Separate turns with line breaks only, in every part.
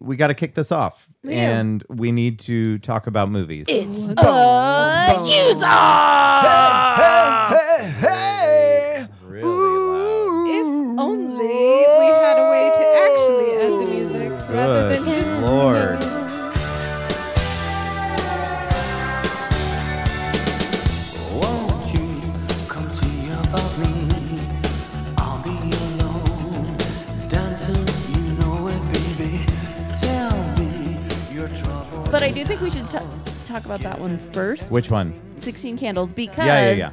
we got to kick this off,
We do.
and we need to talk about movies.
It's a use
Hey, hey!
Ah! really loud.
If only we had a way to actually add the music rather than
Good
just
Lord.
Won't you come see about me? I'll be alone, dancing, you know it, baby. Tell me your trouble.
But I do think we should t- talk about that one first.
Which one?
16 Candles because
Yeah, yeah,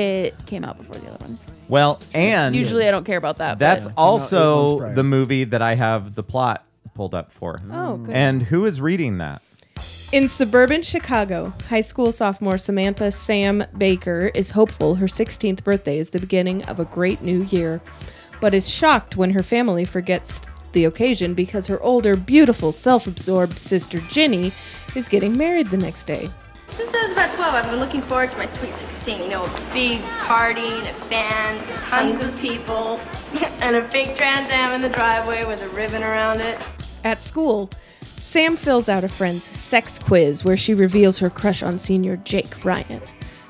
it came out before the other one.
Well, and
Usually I don't care about that.
that's
but
eight months
also
prior.
the movie that I have the plot pulled up for.
Oh, good.
And who is reading that?
In suburban Chicago, high school sophomore Samantha Sam Baker is hopeful her 16th birthday is the beginning of a great new year, but is shocked when her family forgets the occasion because her older, beautiful, self absorbed sister Ginny is getting married the next day.
Since I was about 12, I've been looking forward to my sweet 16. You know, a big party and a band, tons of people, and a big Trans Am in the driveway with a ribbon around it.
At school, Sam fills out a friend's sex quiz where she reveals her crush on senior Jake Ryan.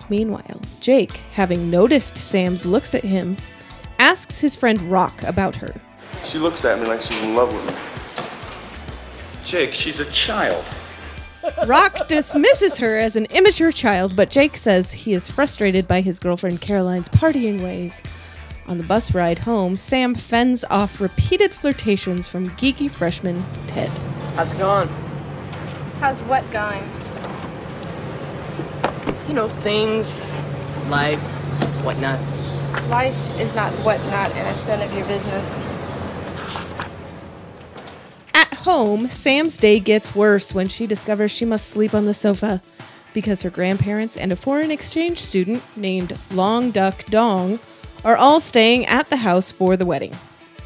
Meanwhile, Jake, having noticed Sam's looks at him, asks his friend Rock about her.
She looks at me like she's in love with me.
Jake, she's a child.
Rock dismisses her as an immature child, but Jake says he is frustrated by his girlfriend Caroline's partying ways. On the bus ride home, Sam fends off repeated flirtations from geeky freshman Ted.
How's it going?
How's what going?
You know, things, life, whatnot.
Life is not whatnot, and it's none of your business.
At home, Sam's day gets worse when she discovers she must sleep on the sofa because her grandparents and a foreign exchange student named Long Duck Dong are all staying at the house for the wedding.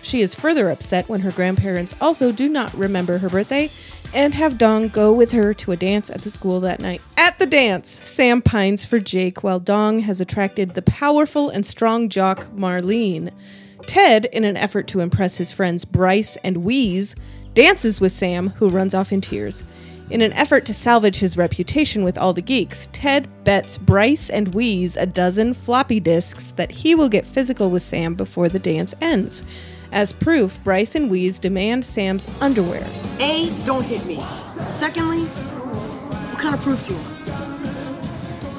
She is further upset when her grandparents also do not remember her birthday and have Dong go with her to a dance at the school that night. At the dance, Sam pines for Jake while Dong has attracted the powerful and strong jock Marlene. Ted, in an effort to impress his friends Bryce and Wheeze, dances with Sam, who runs off in tears. In an effort to salvage his reputation with all the geeks, Ted bets Bryce and Wheeze a dozen floppy disks that he will get physical with Sam before the dance ends. As proof, Bryce and Wheeze demand Sam's underwear.
A, don't hit me. Secondly, what kind of proof do you want?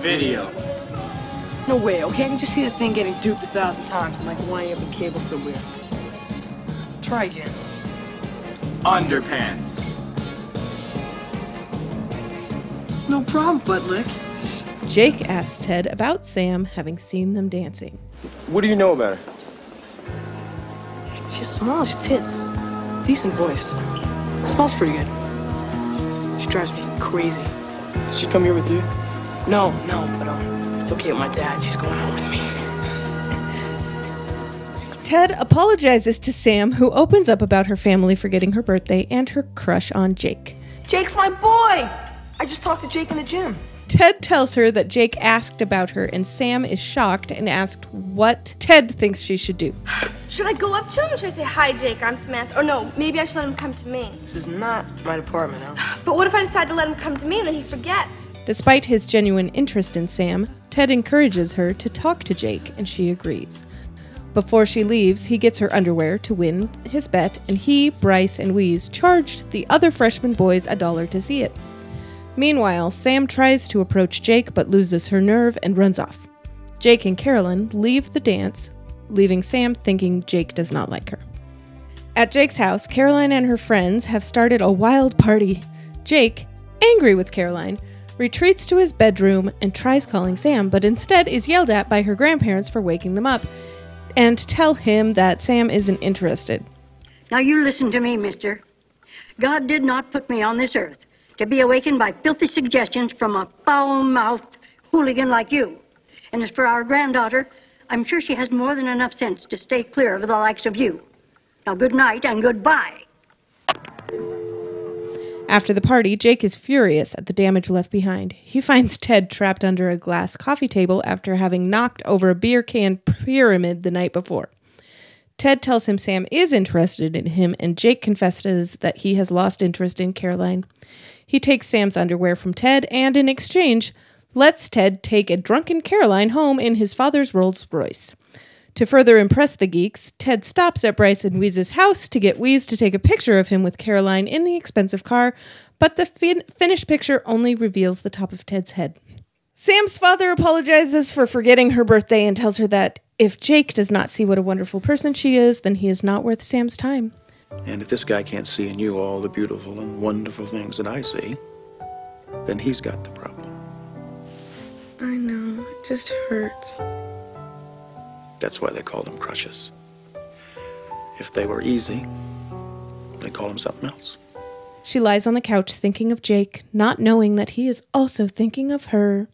Video.
No way, okay? I can just see that thing getting duped a thousand times and like winding up in cable somewhere. Try again.
Underpants.
No problem, butt lick.
Jake asks Ted about Sam having seen them dancing.
What do you know about her?
She's small, she tits. Decent voice. Smells pretty good. She drives me crazy.
Did she come here with you?
No, no, but um, it's okay with my dad. She's going out with me.
Ted apologizes to Sam, who opens up about her family forgetting her birthday and her crush on Jake.
Jake's my boy! I just talked to Jake in the gym.
Ted tells her that Jake asked about her, and Sam is shocked and asked what Ted thinks she should do.
Should I go up to him or should I say, Hi, Jake, I'm Samantha? Or no, maybe I should let him come to me.
This is not my department, Al.
But what if I decide to let him come to me and then he forgets?
Despite his genuine interest in Sam, Ted encourages her to talk to Jake, and she agrees. Before she leaves, he gets her underwear to win his bet, and he, Bryce, and Wheeze charged the other freshman boys a dollar to see it. Meanwhile, Sam tries to approach Jake but loses her nerve and runs off. Jake and Carolyn leave the dance, leaving Sam thinking Jake does not like her. At Jake's house, Caroline and her friends have started a wild party. Jake, angry with Caroline, retreats to his bedroom and tries calling Sam, but instead is yelled at by her grandparents for waking them up and tell him that Sam isn't interested.
Now you listen to me, mister. God did not put me on this earth to be awakened by filthy suggestions from a foul-mouthed hooligan like you. And as for our granddaughter, I'm sure she has more than enough sense to stay clear of the likes of you. Now good night and goodbye.
After the party, Jake is furious at the damage left behind. He finds Ted trapped under a glass coffee table after having knocked over a beer can pyramid the night before. Ted tells him Sam is interested in him, and Jake confesses that he has lost interest in Caroline. He takes Sam's underwear from Ted and, in exchange, lets Ted take a drunken Caroline home in his father's Rolls Royce. To further impress the geeks, Ted stops at Bryce and Weeze's house to get Weeze to take a picture of him with Caroline in the expensive car, but the fin- finished picture only reveals the top of Ted's head. Sam's father apologizes for forgetting her birthday and tells her that if Jake does not see what a wonderful person she is, then he is not worth Sam's time.
And if this guy can't see in you all the beautiful and wonderful things that I see, then he's got the problem.
I know. It just hurts.
That's why they call them crushes. If they were easy, they call them something else.
She lies on the couch thinking of Jake, not knowing that he is also thinking of her.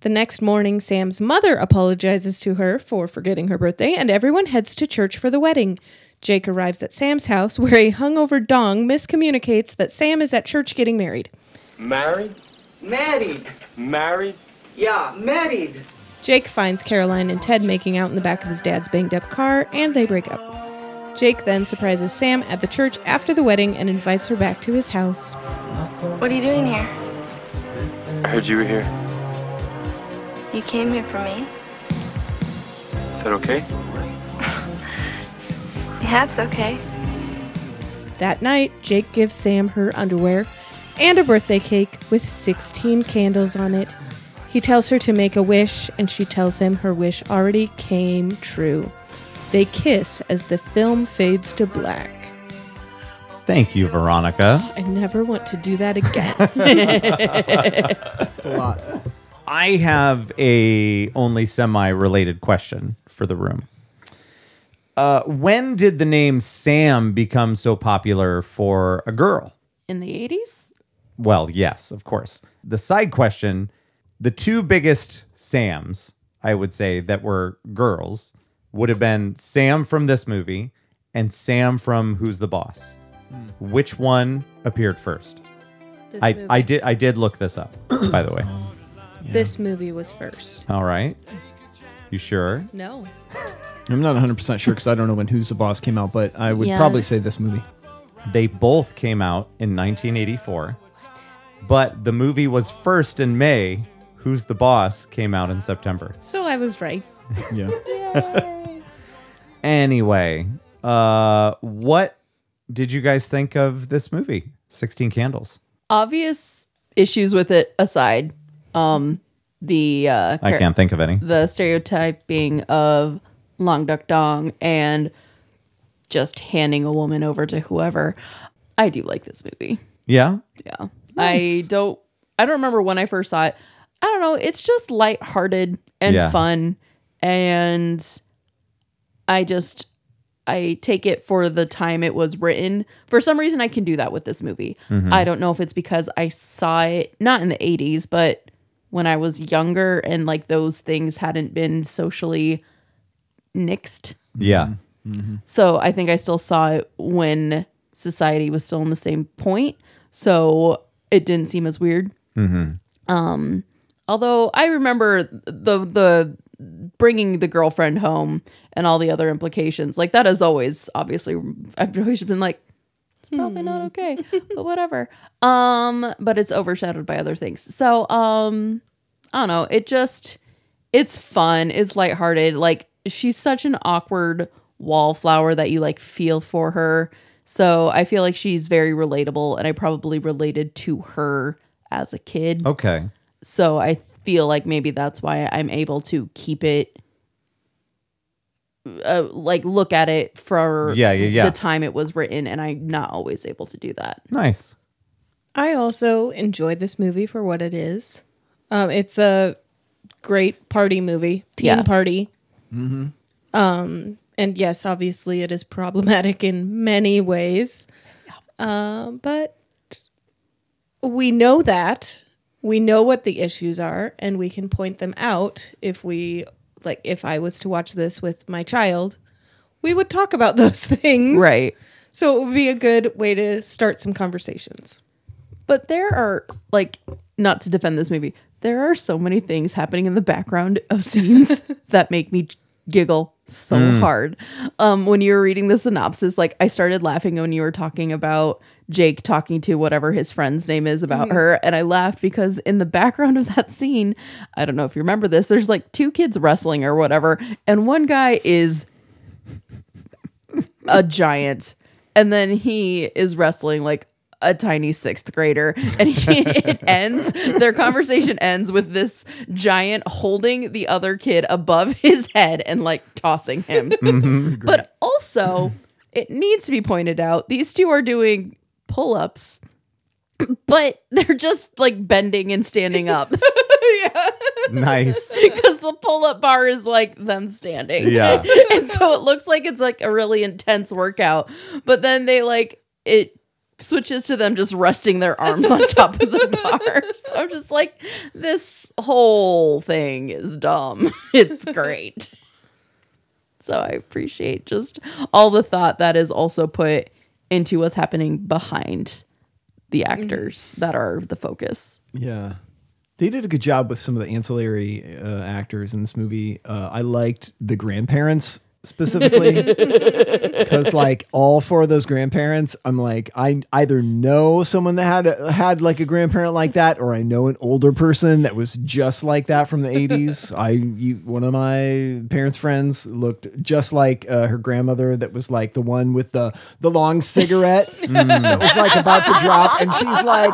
The next morning, Sam's mother apologizes to her for forgetting her birthday, and everyone heads to church for the wedding. Jake arrives at Sam's house, where a hungover dong miscommunicates that Sam is at church getting married.
Married?
Married.
Married?
Yeah, married.
Jake finds Caroline and Ted making out in the back of his dad's banged up car, and they break up. Jake then surprises Sam at the church after the wedding and invites her back to his house.
What are you doing here?
I heard you were here.
You came here for me.
Is that okay?
Yeah, it's okay.
That night, Jake gives Sam her underwear and a birthday cake with 16 candles on it. He tells her to make a wish, and she tells him her wish already came true. They kiss as the film fades to black.
Thank you, Veronica.
I never want to do that again.
a lot. I have a only semi-related question for the room. Uh, when did the name Sam become so popular for a girl?
In the 80s?
Well, yes, of course. The side question the two biggest Sams, I would say, that were girls would have been Sam from this movie and Sam from Who's the Boss. Which one appeared first?
This
I,
movie.
I did I did look this up, by the way.
This movie was first.
All right. You sure?
No.
I'm not 100% sure because I don't know when Who's the Boss came out, but I would
Yeah.
probably say this movie.
They both came out in 1984. But the movie was first in May. Who's the Boss came out in September.
So I was right.
Yeah.
Anyway, uh, what did you guys think of this movie, 16 Candles?
Obvious issues with it aside, um, the uh,
I can't think of any.
The stereotyping of long duck dong and just handing a woman over to whoever. I do like this movie.
Yeah?
Yeah.
Nice.
I don't I don't remember when I first saw it. I don't know, it's just lighthearted and
Yeah.
fun and I just I take it for the time it was written. For some reason I can do that with this movie.
Mm-hmm.
Mhm.
I don't know if it's because I saw it not in the 80s, but when I was younger and like those things hadn't been socially nixed.
Yeah.
Mm-hmm.
So I think I still saw it when society was still in the same point. So it didn't seem as weird.
Mm-hmm.
Um, although I remember the the bringing the girlfriend home and all the other implications. Like that is always obviously I've always been like it's probably not okay, but whatever. Um, but it's overshadowed by other things. So, um, I don't know. It just it's fun. It's lighthearted. Like she's such an awkward wallflower that you like feel for her. So I feel like she's very relatable, and I probably related to her as a kid.
Okay.
So I feel like maybe that's why I'm able to keep it, uh, like look at it for
Yeah, yeah, yeah.
the time it was written, and I'm not always able to do that.
Nice.
I also enjoyed this movie for what it is. Um, it's a great party movie, teen
Yeah.
party.
Mm-hmm.
Um, and yes, obviously, it is problematic in many ways. Um, but we know that we know what the issues are, and we can point them out if we like. If I was to watch this with my child, we would talk about those things,
Right.
So it would be a good way to start some conversations.
But there are like not to defend this movie. There are so many things happening in the background of scenes that make me giggle so
Mm.
hard um, when you were reading the synopsis. Like I started laughing when you were talking about Jake talking to whatever his friend's name is about
Mhm.
her, and I laughed because in the background of that scene, I don't know if you remember this. There's like two kids wrestling or whatever, and one guy is a giant and then he is wrestling like a tiny sixth grader and he, it ends their conversation ends with this giant holding the other kid above his head and like tossing him
Mhm.
but also it needs to be pointed out these two are doing pull-ups but they're just like bending and standing up
Nice.
because the pull-up bar is like them standing
Yeah.
and so it looks like it's like a really intense workout but then they like it switches to them just resting their arms on top of the bar so i'm just like this whole thing is dumb it's great so i appreciate just all the thought that is also put into what's happening behind the actors that are the focus
Yeah. They did a good job with some of the ancillary uh, actors in this movie. Uh, I liked the grandparents specifically because, like, all four of those grandparents, I'm like, I either know someone that had had like a grandparent like that, or I know an older person that was just like that from the 80s. I you, one of my parents' friends looked just like uh, her grandmother, that was like the one with the the long cigarette Mm. that was like about to drop, and she's like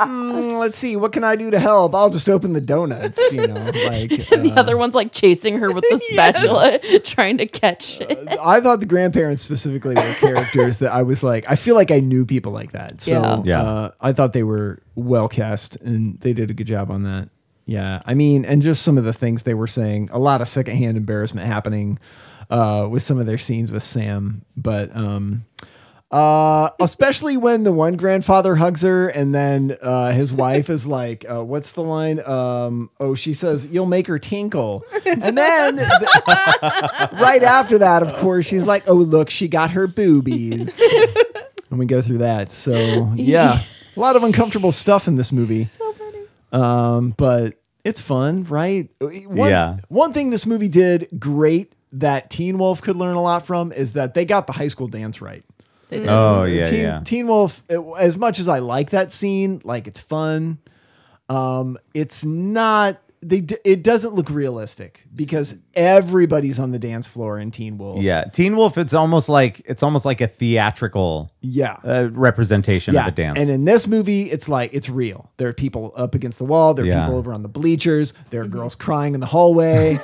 mm, let's see, what can I do to help? I'll just open the donuts, you know. Like
the other one's like chasing her with the spatula trying to catch it
I thought the grandparents specifically were characters that I was like, I feel like I knew people like that. So
Yeah.
Yeah.
Uh, I thought they were well cast and they did a good job on that. Yeah. I mean, and just some of the things they were saying, a lot of secondhand embarrassment happening uh, with some of their scenes with Sam, but um, uh, especially when the one grandfather hugs her and then uh, his wife is like, uh, what's the line? Um, oh, she says, you'll make her tinkle. And then the- right after that, of course, she's like, oh, look, she got her boobies. and we go through that. So, yeah, a lot of uncomfortable stuff in this movie. So funny. Um, but it's fun, right? uh, e, One,
Yeah.
One thing this movie did great that Teen Wolf could learn a lot from is that they got the high school dance right.
They did. Oh, yeah,
Teen,
yeah.
Teen Wolf. it- As much as I like that scene, like it's fun. Um, it's not. They. d- It doesn't look realistic because everybody's on the dance floor in Teen Wolf.
Yeah, Teen Wolf. It's almost like it's almost like a theatrical
Yeah.
uh, representation of the dance.
And in this movie, it's like it's real. There are people up against the wall. There are
Yeah.
people over on the bleachers. There are girls crying in the hallway.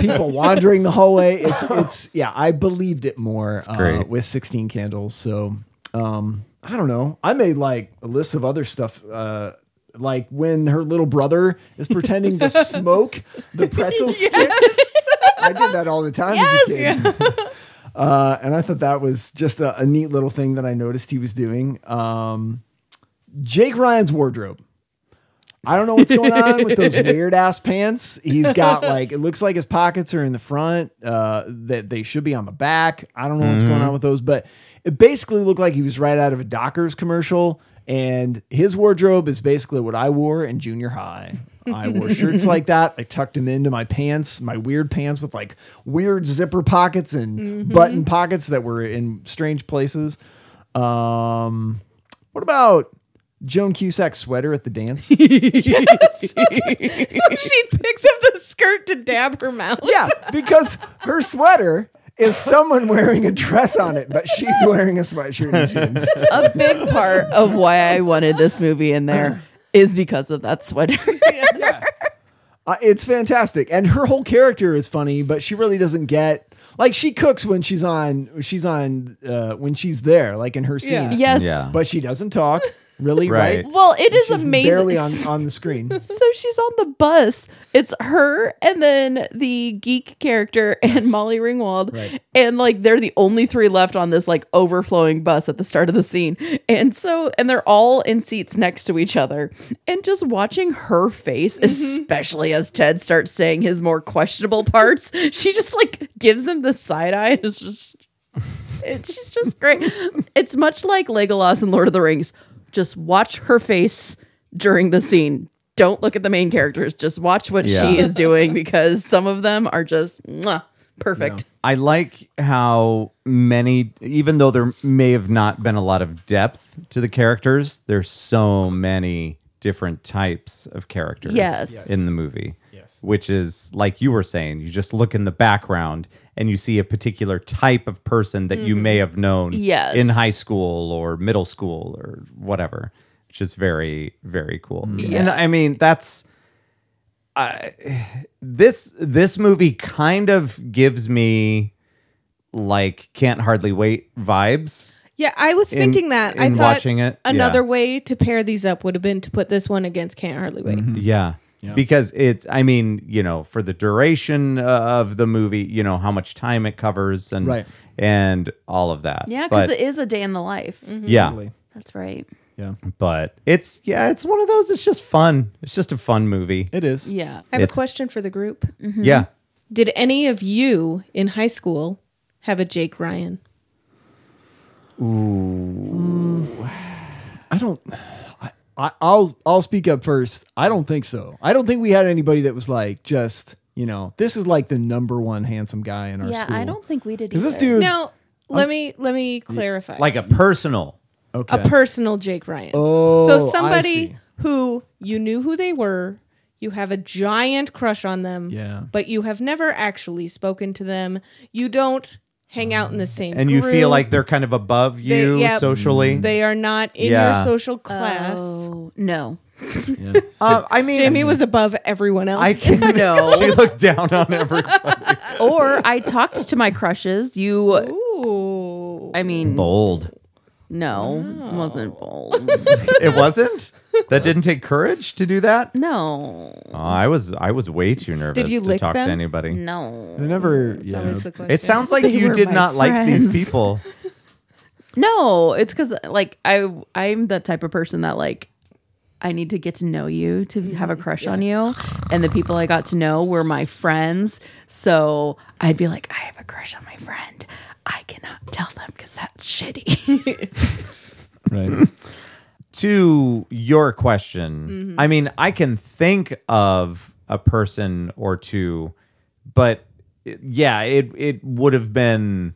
people wandering the hallway. It's it's yeah. I believed it more uh,
great.
with sixteen candles. So um, I don't know. I made like a list of other stuff. Uh, like when her little brother is pretending to smoke the pretzel sticks. I did that all the time as a kid. Uh, and I thought that was just a, a neat little thing that I noticed he was doing. Um, Jake Ryan's wardrobe. I don't know what's going on with those weird ass pants. He's got like it looks like his pockets are in the front. Uh, that they should be on the back. I don't know what's going
Mhm.
on with those, but it basically looked like he was right out of a Dockers commercial. And his wardrobe is basically what I wore in junior high. I wore shirts like that. I tucked them into my pants, my weird pants with like weird zipper pockets and
Mhm.
button pockets that were in strange places. Um, what about Joan Cusack's sweater at the dance?
she picks up the skirt to dab her mouth.
Yeah, because her sweater is someone wearing a dress on it, but she's wearing a sweatshirt and jeans.
a big part of why I wanted this movie in there is because of that sweater.
Uh, it's fantastic, and her whole character is funny, but she really doesn't get like she cooks when she's on she's on uh, when she's there, like in her
Yeah.
scene.
Yes. Yeah.
but she doesn't talk really, right?
Right. Well, it
And
is
she's
amazing.
Barely on on the screen.
so she's on the bus. It's her and then the geek character and Molly Ringwald.
Right.
And like they're the only three left on this like overflowing bus at the start of the scene. And so and they're all in seats next to each other. And just watching her face, especially as Ted starts saying his more questionable parts, she just like gives him the side eye and it's just it's just- just great. It's much like Legolas in Lord of the Rings. Just watch her face during the scene. Don't look at the main characters. Just watch what
Yeah.
she is doing because some of them are just mwah, Perfect.
I like how many, even though there may have not been a lot of depth to the characters, there's so many different types of characters
Yes. Yes.
in the movie. Yes. Which is like you were saying, you just look in the background and you see a particular type of person that you may have known
Yes.
in high school or middle school or whatever, which is very, very cool.
Yeah.
And I mean, that's this this movie kind of gives me like can't hardly wait vibes.
Yeah, I was
In-
thinking that. I
in
thought
watching it, yeah.
another way to pair these up would have been to put this one against Can't Hardly Wait.
Yeah. Because it's, I mean, you know, for the duration uh, of the movie, you know, how much time it covers and
Right.
and all of that.
Yeah, because
But-
it is a day in the life.
Yeah. Totally.
That's right.
Yeah.
But it's yeah, it's one of those. It's just fun. It's just a fun movie.
It is.
Yeah.
I have a
It's-
question for the group.
Yeah.
Did any of you in high school have a Jake Ryan?
I don't. I, I, I'll I'll speak up first. I don't think so. I don't think we had anybody that was like just you know this is like the number one handsome guy in our
Yeah,
school.
I don't think we did either.
Is this dude?
No, let me let me clarify.
Oh. Like a personal.
Okay.
a personal Jake Ryan.
Oh,
so
I see.
somebody who you knew who they were, you have a giant crush on them,
Yeah.
but you have never actually spoken to them. You don't hang out in the same
And you feel
group.
like they're kind of above
They-
you
yeah,
socially.
They are not in
Yeah.
your social class.
Oh, no.
Uh, I mean,
Jamie was above everyone else.
I can
No.
She looked down on everybody.
or I talked to my crushes. You,
Ooh.
I mean,
Bold.
no, wasn't bold.
It wasn't. That didn't take courage to do that.
no,
Oh, I was I was way too nervous
you
to
lick
talk
them? Mm.
to anybody.
I
no,
never.
It's
yeah.
always the question.
It sounds like
They
you
were
did
my
not like these
friends.
people.
no. It's because like I, I'm the type of person that like. I need to get to know you to
Mm-hmm.
have a crush on you. And the people I got to know were my friends. So I'd be like, I have a crush on my friend. I cannot tell them because that's shitty.
Right.
To your question,
Mm-hmm.
I mean, I can think of a person or two, but it- yeah, it it would have been,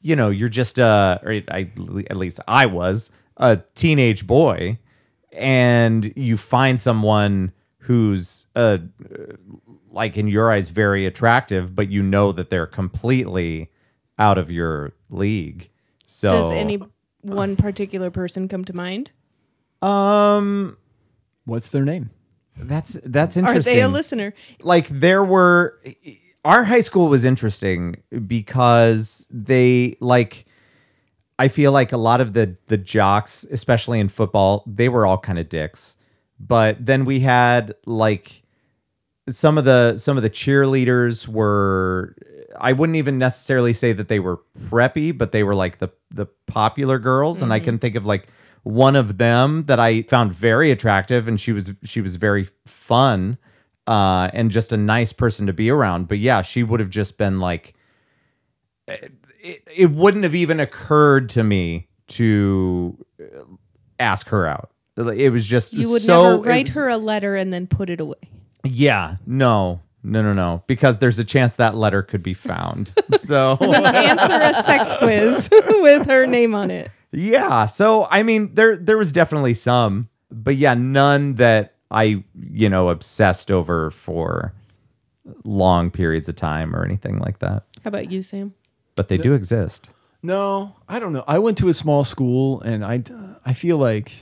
you know, you're just a, or it- I, at least I was a teenage boy, and you find someone who's a like in your eyes very attractive, but you know that they're completely out of your league. So
Does any
Oh.
one particular person come to mind?
um
What's their name?
that's that's
Are
interesting.
they a listener?
Like there were our high school was interesting because they like I feel like a lot of the the jocks, especially in football, they were all kind of dicks. But then we had like some of the some of the cheerleaders were I wouldn't even necessarily say that they were preppy, but they were like the the popular girls and I
Mm-hmm.
can think of like one of them that I found very attractive and she was she was very fun uh and just a nice person to be around. But yeah, she would have just been like eh, it, it wouldn't have even occurred to me to uh, ask her out. It was just
You would
so
never write
it was-
her a letter and then put it away.
Yeah, no, no, no, no, because there's a chance that letter could be found. so
Answer a sex quiz with her name on it.
yeah, so I mean, there there was definitely some, but yeah, none that I you know obsessed over for long periods of time or anything like that.
How about you, Sam?
But they do exist.
No, I don't know. I went to a small school, and I I feel like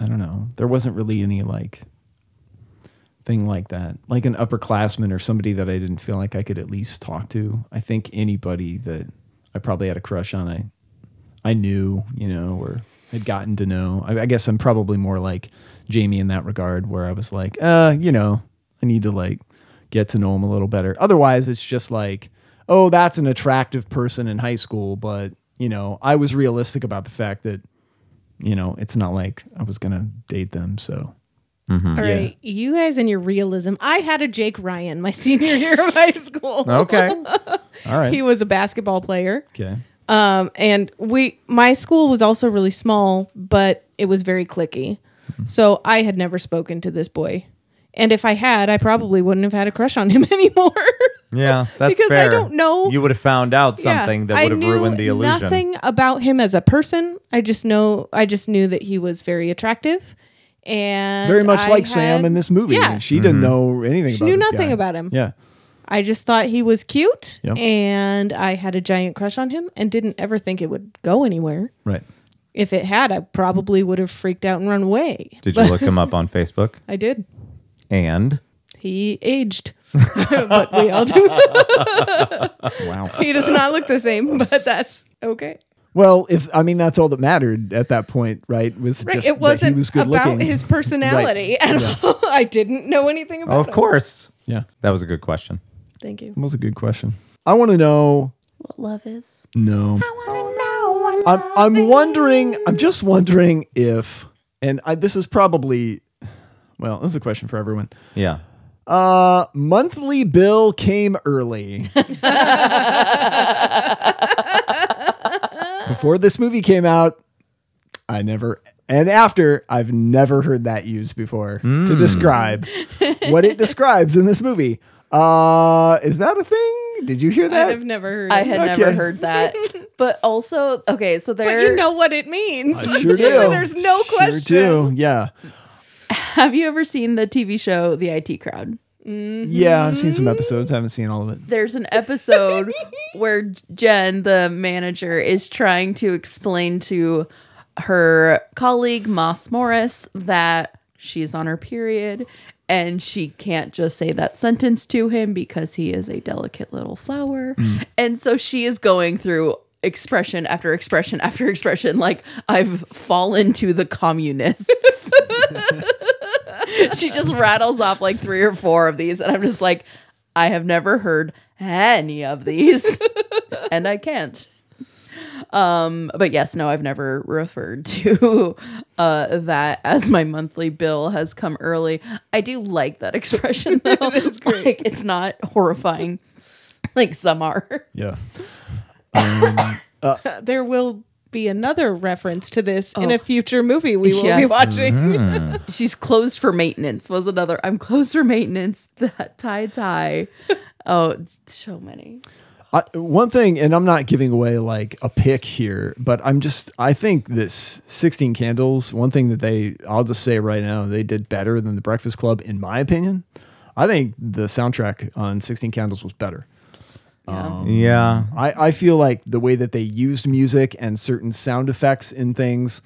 I don't know. There wasn't really any like thing like that, like an upperclassman or somebody that I didn't feel like I could at least talk to. I think anybody that I probably had a crush on, I I knew, you know, or had gotten to know. I, I guess I'm probably more like Jamie in that regard, where I was like, uh, you know, I need to like get to know him a little better. Otherwise, it's just like, oh, that's an attractive person in high school, but you know, I was realistic about the fact that, you know, it's not like I was gonna date them. So
Hmm.
All right, you guys and your realism. I had a Jake Ryan my senior year of high school.
Okay,
all right,
He was a basketball player.
okay,
Um, and we, my school was also really small, but it was very clicky. So I had never spoken to this boy, and if I had, I probably wouldn't have had a crush on him anymore.
Yeah, that's
Because I
fair.
don't know-
You would have found out something that
I
would have
knew
ruined the illusion.
Nothing about him as a person. I just know. I just knew that he was very attractive, and
Very much
I
like
had-
Sam in this movie.
Yeah,
She didn't know anything
She
about
knew
this
nothing
guy.
about him.
Yeah.
I just thought he was cute,
Yep.
and I had a giant crush on him, and didn't ever think it would go anywhere.
Right.
If it had, I probably would have freaked out and run away.
Did you look him up on Facebook?
I did.
And
He aged, but we all do.
Wow.
He does not look the same, but that's okay.
Well, if I mean that's all that mattered at that point, right? Was
Right.
just
it
that
wasn't
he was good
about
looking.
his personality
Right.
at
Yeah.
all. I didn't know anything about
Oh, of
him.
course.
Yeah.
That was a good question.
Thank you.
That was a good question. I want to know.
What love is?
No.
Oh,
I'm, I'm wondering, I'm just wondering if, and I, this is probably, well, this is a question for everyone.
Yeah.
Uh, monthly bill came early. Before this movie came out, I never, and after, I've never heard that used before to
Mm.
describe what it describes in this movie. Uh, is that a thing? Did you hear that?
I've never heard.
I
of
had
it.
never heard that. But also, okay, so there.
But you know what it means.
I sure do.
There's no
Sure
question.
do. Yeah.
Have you ever seen the TV show The IT Crowd?
Yeah, I've seen some
Mm-hmm.
episodes. I haven't seen all of it.
There's an episode where Jen, the manager, is trying to explain to her colleague, Moss Morris, that she's on her period and she can't just say that sentence to him because he is a delicate little flower. And so she is going through expression after expression after expression like I've fallen to the communists. she just rattles off like three or four of these, and I'm just like, I have never heard any of these, and I can't. Um, but yes, no, I've never referred to uh that as my monthly bill has come early. I do like that expression though. it is great. Like it's not horrifying. Like some are.
Yeah.
There will be another reference to this in
Oh.
a future movie we will be
Yes.
watching.
Mm-hmm.
She's closed for maintenance was another. I'm closed for maintenance. That tie tie. oh, it's so many.
I, one thing, and I'm not giving away like a pick here, but I'm just, I think this 16 Candles, one thing that they, I'll just say right now, they did better than The Breakfast Club, in my opinion. I think the soundtrack on 16 Candles was better. Um,
Yeah.
I, I feel like the way that they used music and certain sound effects in things,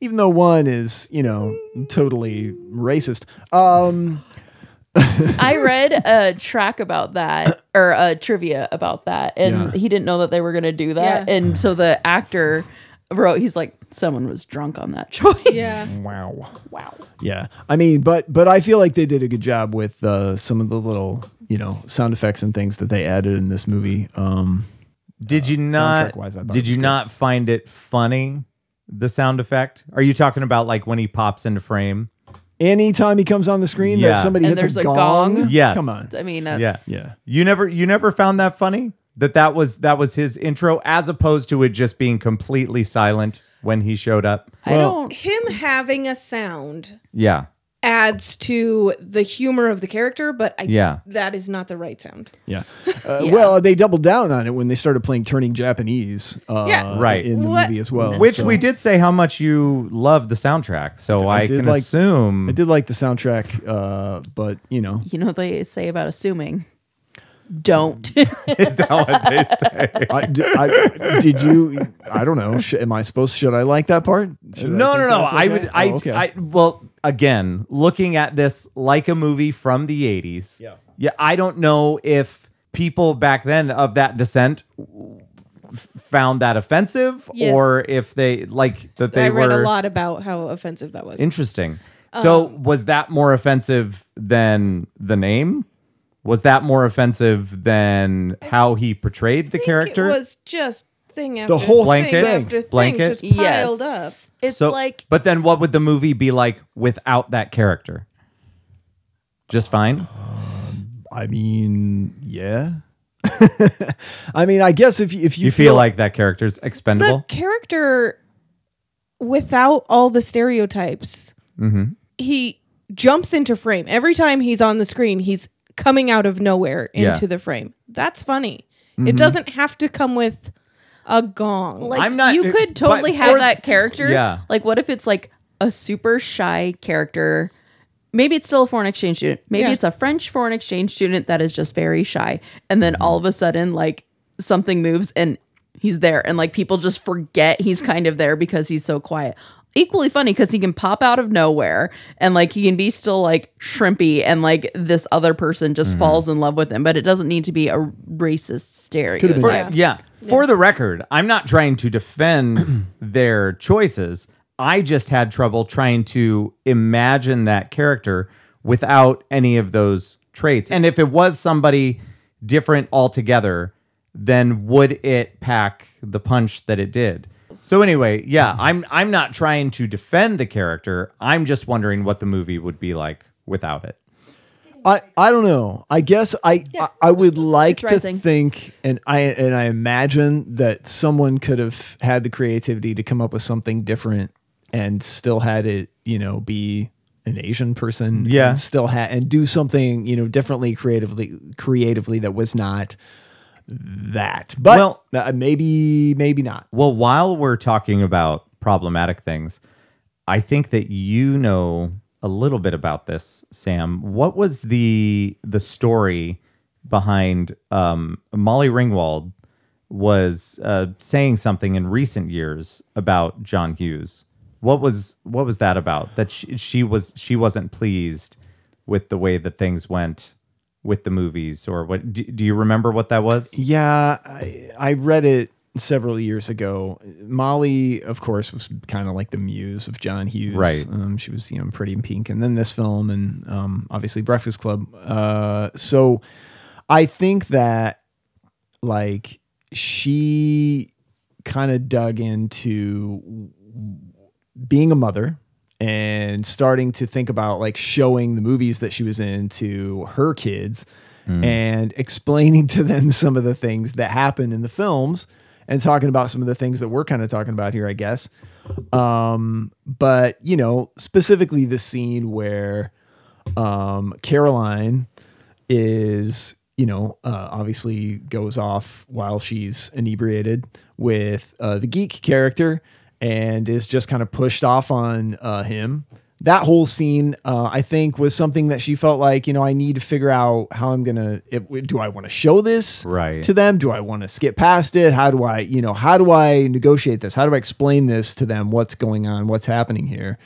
even though one is, you know, totally racist. Um,
I read a track about that or a trivia about that, and
Yeah.
he didn't know that they were going to do that.
Yeah.
And so the actor wrote, he's like, someone was drunk on that choice.
Yeah.
wow.
Wow.
Yeah, I mean, but but I feel like they did a good job with uh, some of the little you know sound effects and things that they added in this movie. Um,
Did you not?
soundtrack-wise, I thought it
did
was
you
good.
not find it funny? The sound effect? Are you talking about like when he pops into frame?
anytime he comes on the screen,
Yeah.
that somebody
And
hits
there's
a
a
gong.
gong?
Yes.
come on.
I mean, that's,
yeah,
Yeah.
You never, you never found that funny that that was that was his intro, as opposed to it just being completely silent when he showed up.
I
Well-
don't.
Him having a sound
Yeah,
adds to the humor of the character, but I,
Yeah.
that is not the right sound.
Yeah. Uh,
Yeah.
Well, they doubled down on it when they started playing Turning Japanese. Uh,
Yeah.
Right.
in the
What-
movie as well,
which
so-
we did say how much you love the soundtrack, so I,
did
can
like-
assume
I did like the soundtrack, uh, but you know,
You know what they say about assuming? Don't.
is that what they say?
I, d- I- did you? I don't know. Sh- am I supposed? Should I like that part? Should
no,
I think
no, no.
that's
I
okay?
would. I,
Oh, okay.
I. Well, again, looking at this like a movie from the '80s. Yeah. Yeah. I don't know if people back then of that descent f- found that offensive
Yes.
or if they like that they
I
were
read a lot Um, about how offensive that was.
interesting. So was that more offensive than the name? Was that more offensive than how he portrayed the character?
It was just thing after
The whole
thing
Blanket?
after thing
Blanket?
just piled up.
yes. It's
so,
like,
but then what would the movie be like without that character? Just fine.
I mean, yeah. I mean, I guess if you- if you,
You feel like that character's expendable?
The character without all the
Mm-hmm.
stereotypes, he jumps into frame. Every time he's on the screen, he's coming out of nowhere
Yeah.
into the frame. That's funny. It
Mhm.
doesn't have to come with a gong.
Like you could totally have that character.
Yeah.
Like what if it's like a super shy character? Maybe it's still a foreign exchange student. Maybe
Yeah.
it's a French foreign exchange student that is just very shy. And then all of a sudden, like something moves and he's there. And like people just forget he's kind of there because he's so quiet. Equally funny because he can pop out of nowhere and like he can be still like shrimpy and like this other person just falls in love with him, but it doesn't need to be a racist stereotype.
For- yeah. For the record, I'm not trying to defend their choices. I just had trouble trying to imagine that character without any of those traits. And if it was somebody different altogether, then would it pack the punch that it did? So anyway, yeah, I'm I'm not trying to defend the character. I'm just wondering what the movie would be like without it.
I, I don't know. I guess I I, I would like to
rising.
think and I and I imagine that someone could have had the creativity to come up with something different and still had it, you know, be an Asian person.
Yeah.
And still had and do something, you know, differently creatively creatively that was not that. But
Well-
uh, maybe maybe not.
Well, while we're talking about problematic things, I think that you know a little bit about this, Sam. What was the the story behind um, Molly Ringwald was uh, saying something in recent years about John Hughes? What was what was that about? That she, she was she wasn't pleased with the way that things went with the movies, or what? Do, do you remember what that was?
Yeah, I, I read it several years ago. Molly, of course, was kind of like the muse of John Hughes.
Right.
Um, she was, you know, pretty in pink, and then this film, and um, obviously Breakfast Club. Uh, so I think that like she kind of dug into being a mother and starting to think about like showing the movies that she was in to her kids and explaining to them some of the things that happened in the films and talking about some of the things that we're kind of talking about here, I guess. Um, but you know, specifically the scene where um, Caroline is, you know, uh, obviously goes off while she's inebriated with uh, the geek character and is just kind of pushed off on uh, him. That whole scene, uh, I think, was something that she felt like, you know, I need to figure out how I'm gonna. If, do I want to show this
Right.
to them? Do I want to skip past it? How do I, you know, how do I negotiate this? How do I explain this to them? What's going on? What's happening here?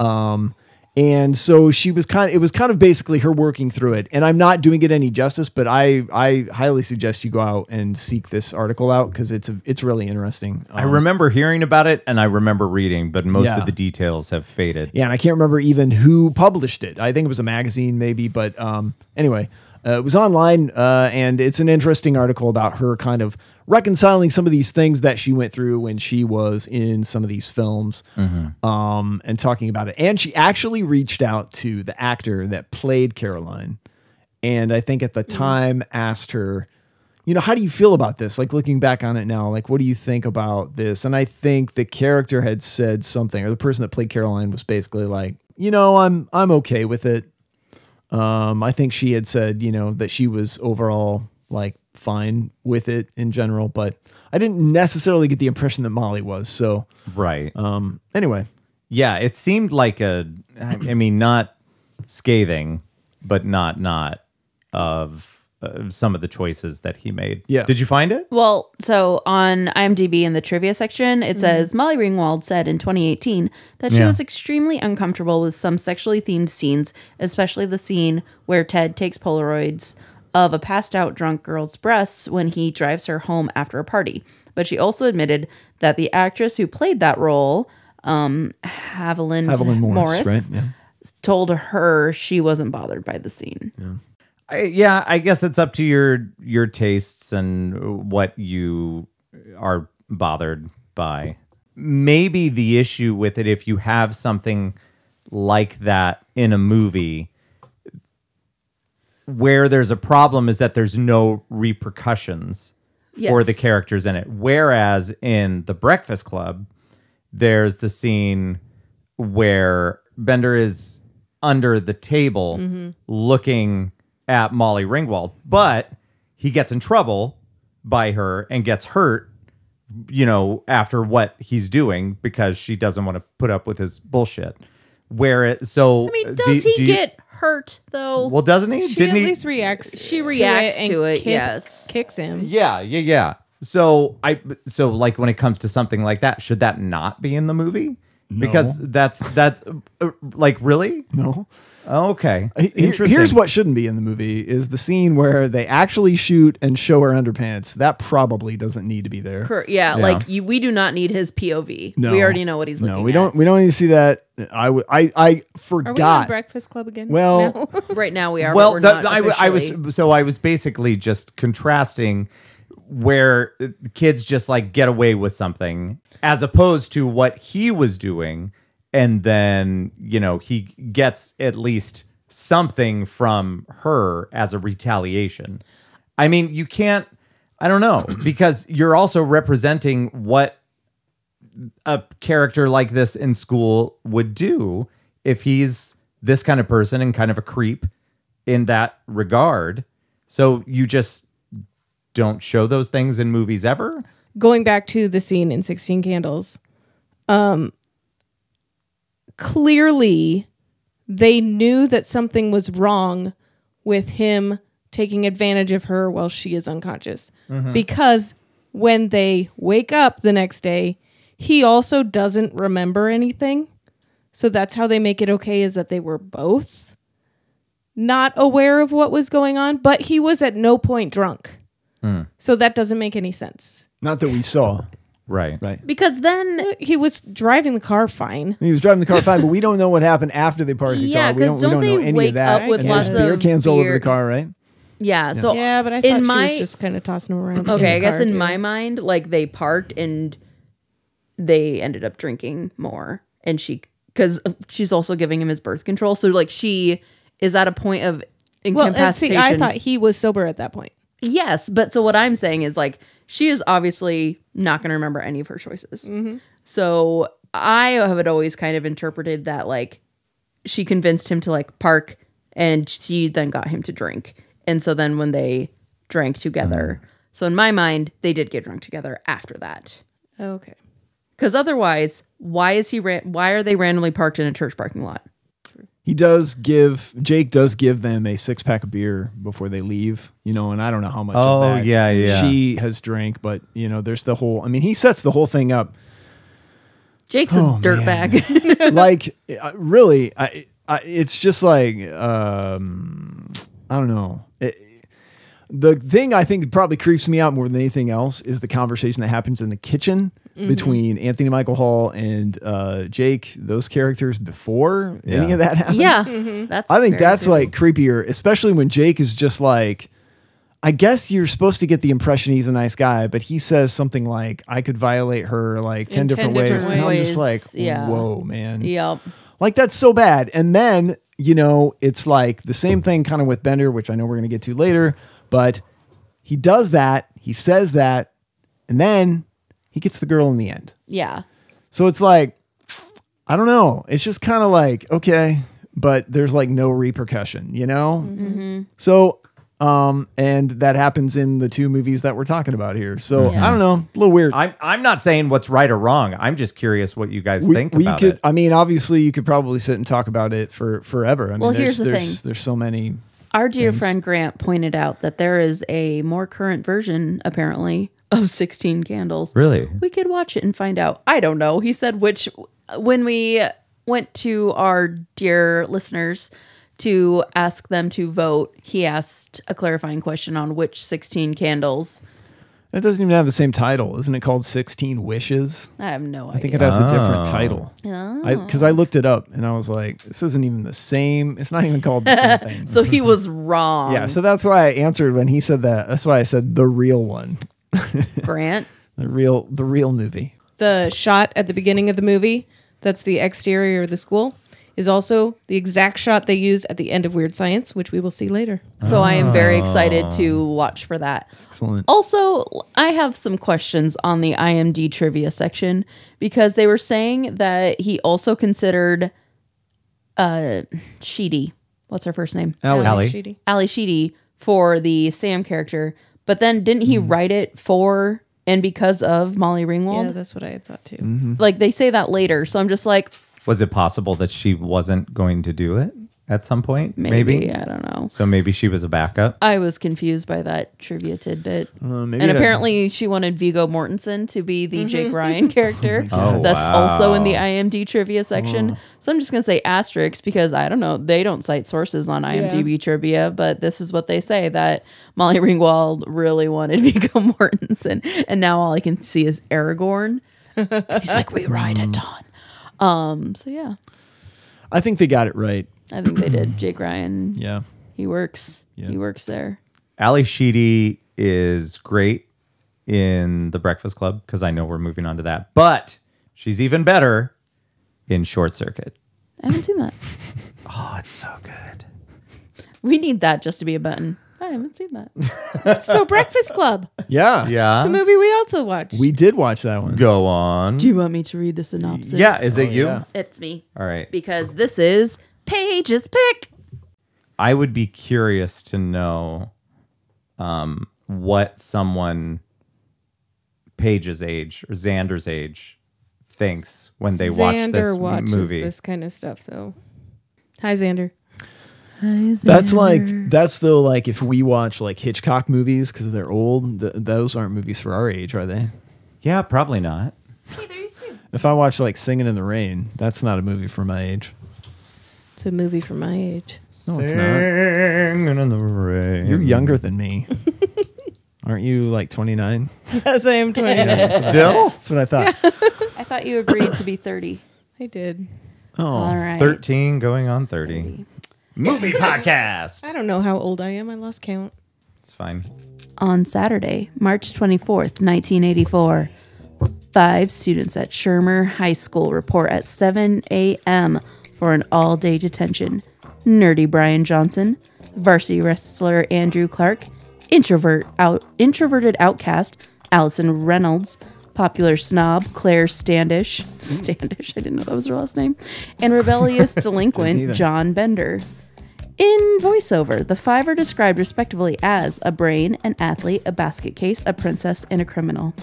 Um, and so she was kind it was kind of basically her working through it. And I'm not doing it any justice, but I, I highly suggest you go out and seek this article out because it's, a, it's really interesting.
I
Um,
remember hearing about it and I remember reading, but most
Yeah.
of the details have faded.
Yeah, and I can't remember even who published it. I think it was a magazine, maybe. But um, anyway, uh, it was online, uh, and it's an interesting article about her kind of reconciling some of these things that she went through when she was in some of these films, um, and talking about it. And she actually reached out to the actor that played Caroline, and I think at the time asked her. You know, how do you feel about this? Like looking back on it now, like what do you think about this? And I think the character had said something, or the person that played Caroline was basically like, you know, I'm I'm okay with it. Um, I think she had said, you know, that she was overall like fine with it in general, but I didn't necessarily get the impression that Molly was. So
Right.
um anyway.
Yeah, it seemed like a I I mean not scathing, but not not of of some of the choices that he made.
Yeah.
Did you find it?
Well, so on IMDb in the trivia section, it says Molly Ringwald said in 2018 that she
Mm-hmm. Yeah.
was extremely uncomfortable with some sexually themed scenes, especially the scene where Ted takes Polaroids of a passed out drunk girl's breasts when he drives her home after a party. But she also admitted that the actress who played that role, um, Haviland,
Evelyn
Morris,
Morris, right? Yeah.
told her she wasn't bothered by the scene.
I, yeah, I guess it's up to your your tastes and what you are bothered by. Maybe the issue with it if you have something like that in a movie where there's a problem is that there's no repercussions for the
Yes.
characters in it. Whereas in The Breakfast Club, there's the scene
Mm-hmm.
where Bender is under the table looking at Molly Ringwald, but he gets in trouble by her and gets hurt, you know, after what he's doing because she doesn't want to put up with his bullshit. Where it so
I mean,
Uh, do-
does he
do you-
get hurt though?
Well, doesn't he?
She
Didn't
at
he-
least reacts.
She reacts
and
to it,
kick-
yes.
kicks him.
Yeah, yeah, yeah. So I so like when it comes to something like that, should that not be in the movie? Because that's that's uh, like really
no.
Okay,
Here-
interesting.
Here's what shouldn't be in the movie is the scene where they actually shoot and show her underpants. That probably doesn't need to be there.
Cor- yeah, like you, we do not need his POV.
No.
we already know what he's
no,
looking.
we don't. We don't need to see that. I would. I I
Are we on
forgot.
Breakfast Club again?
Well-
No.
Right now we are.
well,
but we're
that-
not
I, I was
officially.
so I was basically just contrasting where uh, kids just like get away with something as opposed to what he was doing, and then you know he gets at least something from her as a retaliation. I mean, you can't. I don't know because you're also representing what a character like this in school would do if he's this kind of person and kind of a creep in that regard. So you just don't show those things in movies ever.
going back to the scene in 16 candles um clearly they knew that something was wrong with him taking advantage of her while she is unconscious
Mhm.
because when they wake up the next day he also doesn't remember anything so that's how they make it okay is that they were both not aware of what was going on but he was at no point drunk so that doesn't make any sense
Not that we saw.
Right.
Right.
because then
he was driving the car fine.
He was driving the car fine, but we don't know what happened after they parked the
Yeah,
car. We
'cause
we
don't
know
they
any
wake
of that.
up with
and there's
lots
beer
of
cans all over the
beer-
car, right?
Yeah, so
yeah, but I thought
in
she
my
was just kind of tossing him around.
okay, I
the
guess
car,
in
too.
my mind, like they parked and they ended up drinking more, and she because she's also giving him his birth control, so like she is at a point of
well, and
incapacitation.
see, I thought he was sober at that point.
yes, but so what I'm saying is like she is obviously not going to remember any of her choices. So I have always kind of interpreted that like she convinced him to like park and she then got him to drink. And so then when they drank together,
Mm.
so in my mind, they did get drunk together after that.
Oh, Okay,
Because otherwise, why is he ran- why are they randomly parked in a church parking lot?
He does give Jake does give them a six pack of beer before they leave, you know, and I don't know how much.
Oh,
of that
yeah, yeah.
She has drank, but you know, there's the whole. I mean, he sets the whole thing up
Jake's a
Oh,
dirtbag.
like I- really I, I it's just like um i don't know It- the thing i think probably creeps me out more than anything else is the conversation that happens in the kitchen
Mhm.
between anthony michael hall and uh jake those characters before any
Yeah.
of that happens
yeah, that's.
I think
very
that's
true.
like creepier, especially when Jake is just like, I guess you're supposed to get the impression he's a nice guy, but he says something like, I could violate her like 10,
In
different,
10
ways.
different
And I'm just like,
ways, yeah.
whoa, man.
Yep.
Like, that's so bad. And then, you know, it's like the same thing kind of with Bender, which I know we're going to get to later, but he does that. He says that. And then he gets the girl in the end.
Yeah.
So it's like, I don't know. It's just kind of like, okay, but there's like no repercussion, you know?
Mhm.
So, um, and that happens in the two movies that we're talking about here. So
Yeah.
I don't know, a little weird.
I'm I'm not saying what's right or wrong. I'm just curious what you guys think
we
about
could,
it.
I mean, obviously you could probably sit and talk about it for forever. I mean,
Well,
there's,
here's the
there's,
thing.
there's so many.
Our dear friend Grant pointed out that there is a more current version, apparently, of 16 Candles.
Really?
We could watch it and find out. I don't know. He said which, when we went to our dear listeners to ask them to vote, he asked a clarifying question on which 16 candles.
That doesn't even have the same title. Isn't it called 16 Wishes?
I have no
I think
idea.
it has a different
Oh.
title.
Oh.
Because I, looked it up and I was like, this isn't even the same. It's not even called the same thing.
so he was wrong.
Yeah, so that's why I answered when he said that. That's why I said the real one,
Grant.
the real, the real movie.
The shot at the beginning of the movie, that's the exterior of the school, is also the exact shot they use at the end of Weird Science, which we will see later.
So I am
Ah.
very excited
Oh.
to watch for that.
Excellent.
Also, I have some questions on the IMD trivia section because they were saying that he also considered uh Sheedy what's her first name?
Oh,
Ally. Ally.
Sheedy.
Ally Sheedy for the Sam character. But then didn't he write it for and because of Molly Ringwald?
Yeah, that's what I had thought too.
Like they say that later. So I'm just like,
Was it possible that she wasn't going to do it at some point? Maybe.
Maybe, I don't know.
So maybe she was a backup.
I was confused by that trivia tidbit.
Uh, maybe
and
that-
apparently she wanted Vigo Mortensen to be the Jake Ryan character.
God. Oh,
That's also in the
wow.
IMDb trivia section.
Oh.
So I'm just going to say asterisk because I don't know. They don't cite sources on IMDb trivia, but this is what they say that Molly Ringwald really wanted Vigo Mortensen. And now all I can see is Aragorn. He's like, we ride
Mm.
at dawn. Um, so yeah,
I think they got it right.
I think they did. Jake Ryan.
Yeah.
He works. He works there.
Ali Sheedy is great in The Breakfast Club because I know we're moving on to that, but she's even better in Short Circuit.
I haven't seen that.
Oh, it's so good.
We need that just to be a button. I haven't seen that.
so Breakfast Club.
Yeah.
Yeah.
It's a movie we also watched.
We did watch that one.
Go on.
Do you want me to read the synopsis?
Yeah, is it you?
It's me.
All right.
Because this is Paige's Pick.
I would be curious to know um, what someone Paige's age or Xander's age thinks when they watch this
Xander watches
movie.
this kind of stuff though. Hi Xander.
That's like that's still like if we watch like Hitchcock movies because they're old. Th- those aren't movies for our age, are they?
Yeah, probably not.
If I watch like Singing in the Rain, that's not a movie for my age.
It's a movie for my age.
No, it's not.
Singing in the rain.
You're younger than me. Aren't you like 29?
Yes, I am 29.
Still?
That's what I thought.
I thought you agreed to be 30.
I did.
Oh,
All right.
13 going on 30. Movie podcast.
I don't know how old I am. I lost count.
It's fine.
On Saturday, March 24th, 1984, five students at Shermer High School report at 7 a.m. for an all day detention. Nerdy Brian Johnson, varsity wrestler Andrew Clark, introvert out, introverted outcast Allison Reynolds, popular snob Claire Standish, Standish, I didn't know that was her last name, and rebellious delinquent John Bender. In voiceover, the five are described respectively as a brain, an athlete, a basket case, a princess, and a criminal.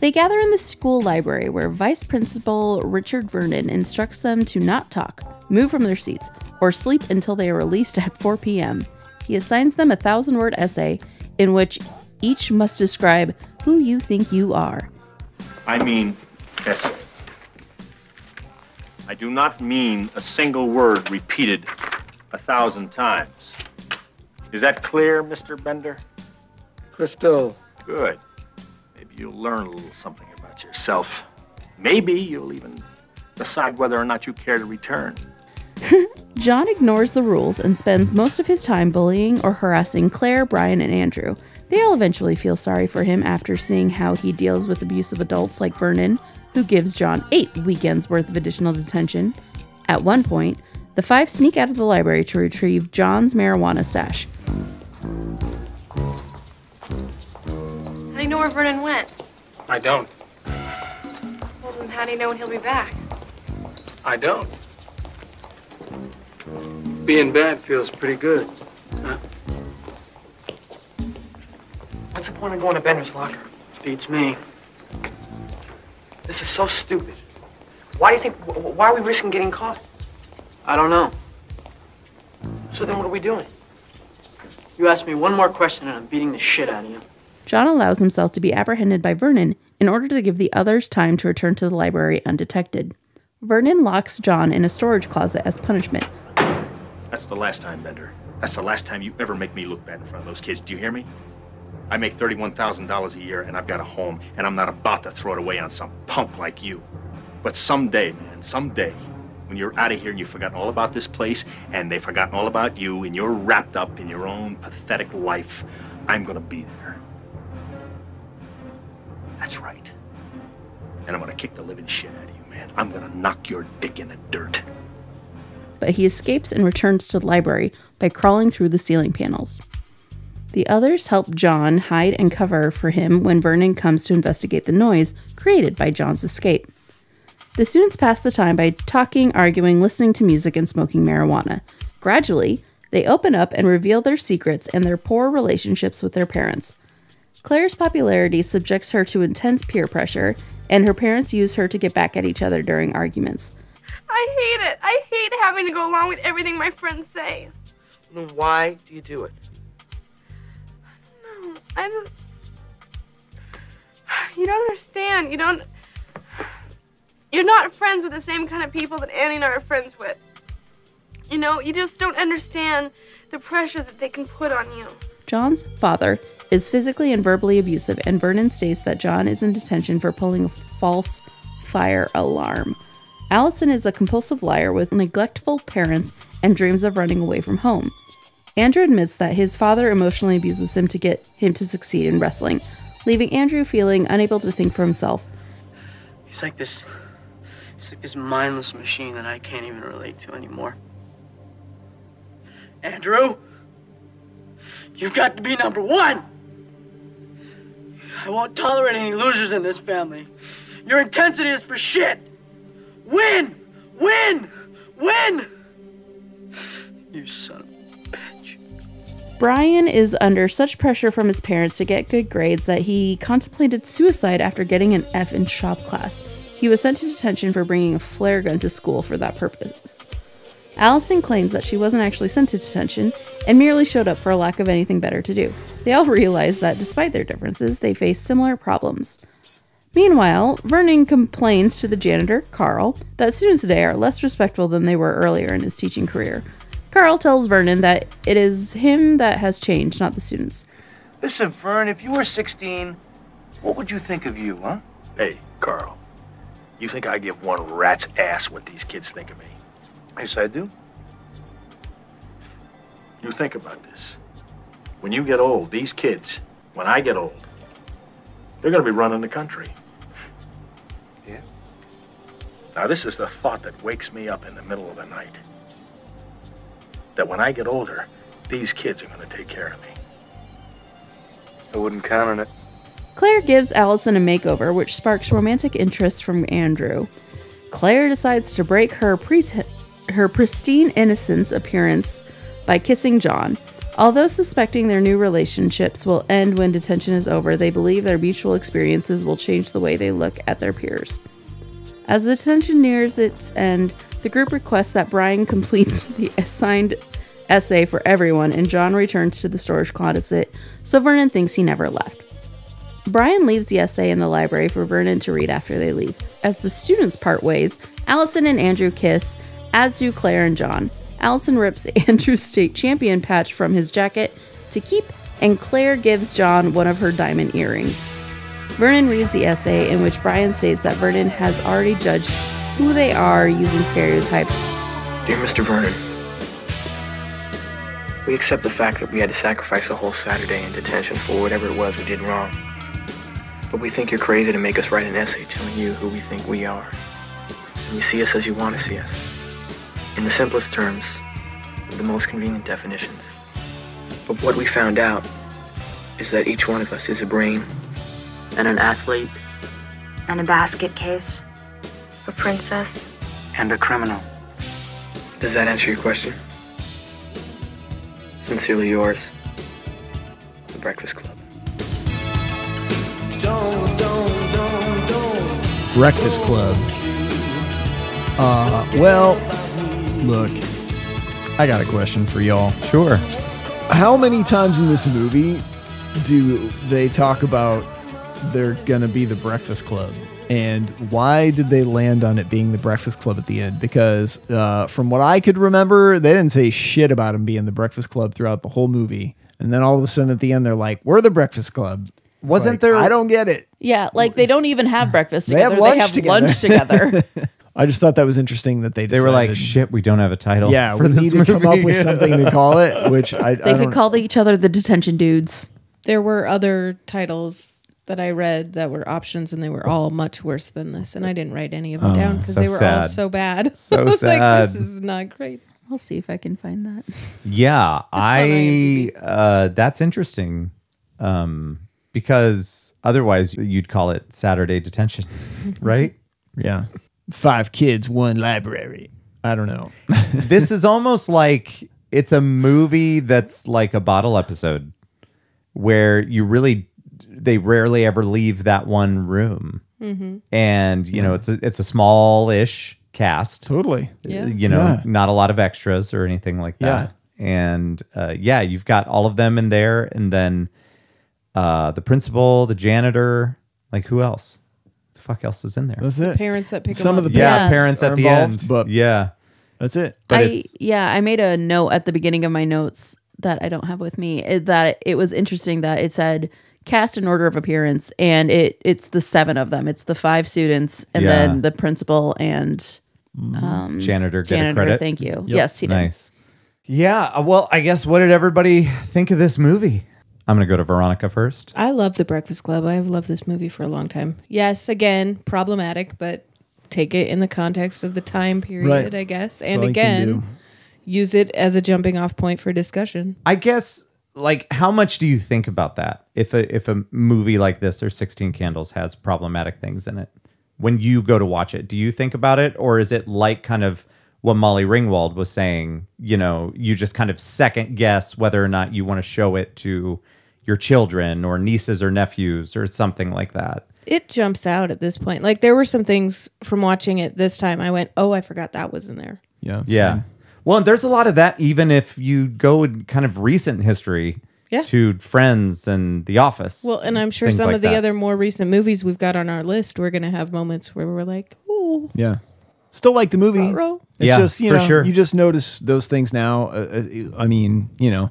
They gather in the school library where Vice Principal Richard Vernon instructs them to not talk, move from their seats, or sleep until they are released at 4 p.m. He assigns them a thousand word essay in which each must describe who you think you are.
I mean essay. I do not mean a single word repeated a thousand times. Is that clear, Mr. Bender?
Crystal.
Good. Maybe you'll learn a little something about yourself. Maybe you'll even decide whether or not you care to return.
John ignores the rules and spends most of his time bullying or harassing Claire, Brian, and Andrew. They all eventually feel sorry for him after seeing how he deals with abusive adults like Vernon, who gives John eight weekends worth of additional detention. At one point, the five sneak out of the library to retrieve John's marijuana stash.
How do you know where Vernon went?
I don't.
Well, then how do you know when he'll be back?
I don't. Being bad feels pretty good. Huh? What's the point of going to Bender's locker? Beats me. This is so stupid. Why do you think? wh- wh- Why are we risking getting caught? I don't know. So then, what are we doing? You ask me one more question, and I'm beating the shit out of you.
John allows himself to be apprehended by Vernon in order to give the others time to return to the library undetected. Vernon locks John in a storage closet as punishment,
That's the last time, Bender. That's the last time you ever make me look bad in front of those kids. Do you hear me? I make $31,000 a year and I've got a home and I'm not about to throw it away on some punk like you. But someday, man, someday, when you're out of here and you've forgotten all about this place and they've forgotten all about you and you're wrapped up in your own pathetic life, I'm going to be there. That's right. And I'm going to kick the living shit out of you, man. I'm going to knock your dick in the dirt.
but he escapes and returns to the library by crawling through the ceiling panels. The others help John hide and cover for him when Vernon comes to investigate the noise created by John's escape. The students pass the time by talking, arguing, listening to music, and smoking marijuana. Gradually, they open up and reveal their secrets and their poor relationships with their parents. Claire's popularity subjects her to intense peer pressure, and her parents use her to get back at each other during arguments.
I hate it. I hate having to go along with everything my friends say.
Then why do you do it?
No, I don't. You don't understand. You don't. You're not friends with the same kind of people that Annie and I are friends with. You know, you just don't understand the pressure that they can put on you.
John's father is physically and verbally abusive, and Vernon states that John is in detention for pulling a false fire alarm. Allison is a compulsive liar with neglectful parents and dreams of running away from home. Andrew admits that his father emotionally abuses him to get him to succeed in wrestling, leaving Andrew feeling unable to think for himself.
He's like this. He's like this mindless machine that I can't even relate to anymore. Andrew, you've got to be number one. I won't tolerate any losers in this family. Your intensity is for shit. Win, win, win. You son. of-
Brian is under such pressure from his parents to get good grades that he contemplated suicide after getting an F in shop class. He was sent to detention for bringing a flare gun to school for that purpose. Allison claims that she wasn't actually sent to detention and merely showed up for a lack of anything better to do. They all realize that despite their differences, they face similar problems. Meanwhile, Vernon complains to the janitor, Carl, that students today are less respectful than they were earlier in his teaching career. Carl tells Vernon that it is him that has changed, not the students.
Listen, Fern, if you were 16, what would you think of you, huh?
Hey, Carl, you think I give one rat's ass what these kids think of me? Yes, I do. You think about this. When you get old, these kids, when I get old, they're going to be running the country.
Yeah.
Now, this is the thought that wakes me up in the middle of the night. That when I get older, these kids are going to take care of me.
I wouldn't count on it.
Claire gives Allison a makeover, which sparks romantic interest from Andrew. Claire decides to break her pre- her pristine innocence appearance by kissing John. Although suspecting their new relationships will end when detention is over, they believe their mutual experiences will change the way they look at their peers. As the detention nears its end, the group requests that Brian complete the assigned essay for everyone, and John returns to the storage closet, so Vernon thinks he never left. Brian leaves the essay in the library for Vernon to read after they leave. As the students part ways, Allison and Andrew kiss, as do Claire and John. Allison rips Andrew's state champion patch from his jacket to keep, and Claire gives John one of her diamond earrings. Vernon reads the essay in which Brian states that Vernon has already judged who they are using stereotypes
Dear Mr. Vernon, we accept the fact that we had to sacrifice a whole Saturday in detention for whatever it was we did wrong. But we think you're crazy to make us write an essay telling you who we think we are. And you see us as you want to see us. In the simplest terms, with the most convenient definitions. But what we found out is that each one of us is a brain and an athlete
And a basket case. A princess.
and a criminal. Does that answer your question? Sincerely yours, The Breakfast Club.
Don't, don't, don't, don't.
Breakfast Club. Uh, well, look, I got a question for y'all.
Sure.
How many times in this movie do they talk about they're going to be the Breakfast Club? And why did they land on it being the Breakfast Club at the end? Because uh, from what I could remember, they didn't say shit about him being the Breakfast Club throughout the whole movie. And then all of a sudden at the end, they're like, we're the Breakfast Club. It's
Wasn't
like,
there-
I don't get it.
Yeah, like they don't even have breakfast
They have
together.
lunch together.
lunch together.
I just thought that was interesting that they
They were like,
decided-
shit, we don't have a title.
Yeah,
for
we
this
need to come up
movie."
with something to call it, which I,
they
I
could
don't.
call each other the detention dudes.
There were other titles that I read that were options, and they were all much worse than this. And I didn't write any of them
Oh,
down because
so
they were all
sad.
so bad.
So
I was
sad.
like, this is not great.
I'll see if I can find that.
Yeah, I uh that's interesting. Um because otherwise you'd call it Saturday detention, right?
Yeah. Five kids, one library. I don't know.
this is almost like it's a movie that's like a bottle episode where you really they rarely ever leave that one room.
Mm-hmm.
Mhm.
And you know, it's a it's a small-ish cast. uh,
Totally.
Yeah.
You know,
Yeah.
not a lot of extras or anything like that. And uh, yeah, you've got all of them in there and then uh the principal, the janitor, like who else? The fuck else is in there?
That's it.
Parents that pick 'em
Some of
up.
the
yeah,
Yes.
parents
are
at the
involved,
end.
but-
yeah.
That's it.
But
I
it's
yeah, I made a note at the beginning of my notes that I don't have with me eh, that it was interesting that it said cast in order of appearance and it it's the seven of them. It's the five students and
Yeah.
then the principal and um,
janitor get
janitor.
a credit.
Thank you. Yes, he did.
Nice. Yeah. uh, Well, I guess what did everybody think of this movie? I'm gonna go to Veronica first.
I love The Breakfast Club. I've loved this movie for a long time. Yes, again, problematic, but take it in the context of the time period,
Right.
I guess.
That's
And
all you can
again,
do.
use it as a jumping off point for discussion.
I guess like how much do you think about that? If a if a movie like this or Sixteen Candles has problematic things in it, when you go to watch it, do you think about it, or is it like kind of what Molly Ringwald was saying? You know, you just kind of second guess whether or not you want to show it to your children or nieces or nephews or something like that.
It jumps out at this point. Like there were some things from watching it this time I went, "Oh, I forgot that was in there."
Yeah.
Yeah. Well, and there's a lot of that even if you go in kind of recent history
Yeah.
to Friends and The Office.
Well, and I'm sure
things
some
like
of the
that.
other more recent movies we've got on our list, we're going to have moments where we're like, "Ooh,
Yeah. Still like the movie.
Ruh-roh.
It's
Yeah,
just, you
for
know,
sure.
you just notice those things now. Uh, uh, I mean, you know,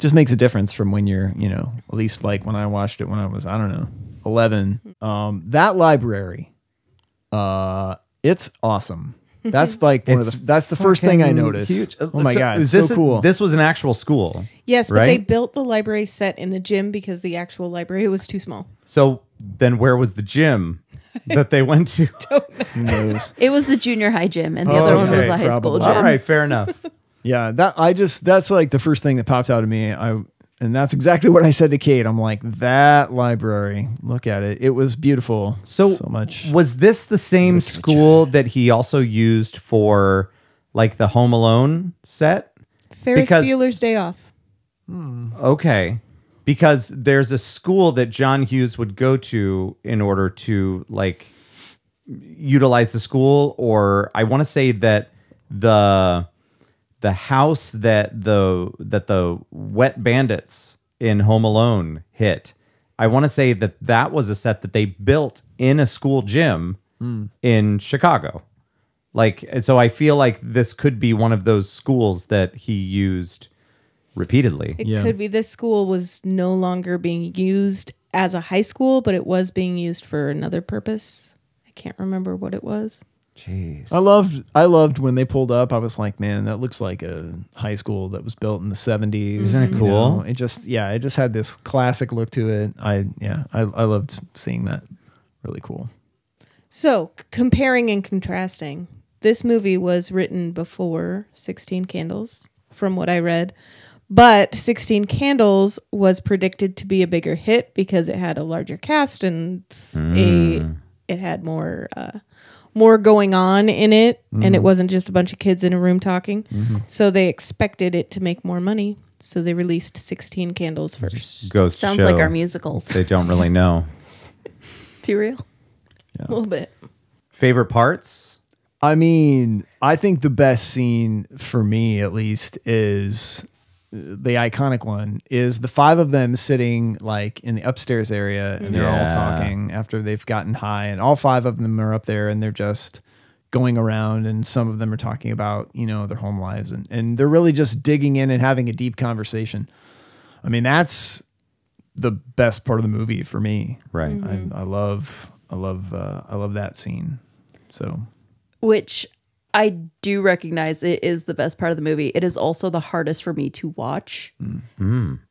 just makes a difference from when you're, you know, at least like when I watched it when I was, I don't know, 11. Um, that library, uh, it's awesome. That's like one of
It's
the, that's the first thing I
fucking
noticed.
huge.
Oh my
So
God.
is
It's
this
so
a-
cool.
this was an actual school.
Yes, but they
right?
built the library set in the gym because the actual library was too small.
So then where was the gym that they went to?
Who knows?
It was the junior high gym and the other one was
Oh, Okay,
the high school
probably.
gym.
All right, fair enough.
Yeah, that I just that's like the first thing that popped out of me. I and that's exactly what I said to Kate. I'm like, that library, look at it. It was beautiful.
So,
so much.
Was this the same school that he also used for like the Home Alone set?
Ferris
Because-
Bueller's Day Off.
Okay. Because there's a school that John Hughes would go to in order to like utilize the school or I want to say that the the house that the that the wet bandits in Home Alone hit. I want to say that that was a set that they built in a school gym in Chicago. Like so I feel like this could be one of those schools that he used repeatedly.
It
Yeah.
could be this school was no longer being used as a high school, but it was being used for another purpose. I can't remember what it was.
Jeez.
I loved I loved when they pulled up. I was like, man, that looks like a high school that was built in the 70s.
Isn't it
you
cool?
know? It just yeah, it just had this classic look to it. I yeah, I, I loved seeing that. Really cool.
So, c- comparing and contrasting, this movie was written before 16 Candles, from what I read. But 16 Candles was predicted to be a bigger hit because it had a larger cast and s- a, it had more uh, more going on in it and it wasn't just a bunch of kids in a room talking. So they expected it to make more money. So they released 16 Candles first.
goes to
Sounds like
show
our musicals.
They don't really know.
Too real.
A little bit.
Favorite parts?
I mean, I think the best scene for me, at least, is uh, the iconic one is the five of them sitting like in the upstairs area and they're all
Yeah.
talking after they've gotten high and all five of them are up there and they're just going around and some of them are talking about you know their home lives and, and they're really just digging in and having a deep conversation i mean that's the best part of the movie for me
Right.
Mm-hmm.
I, I love i love uh, i love that scene so
which I do recognize it is the best part of the movie. It is also the hardest for me to watch.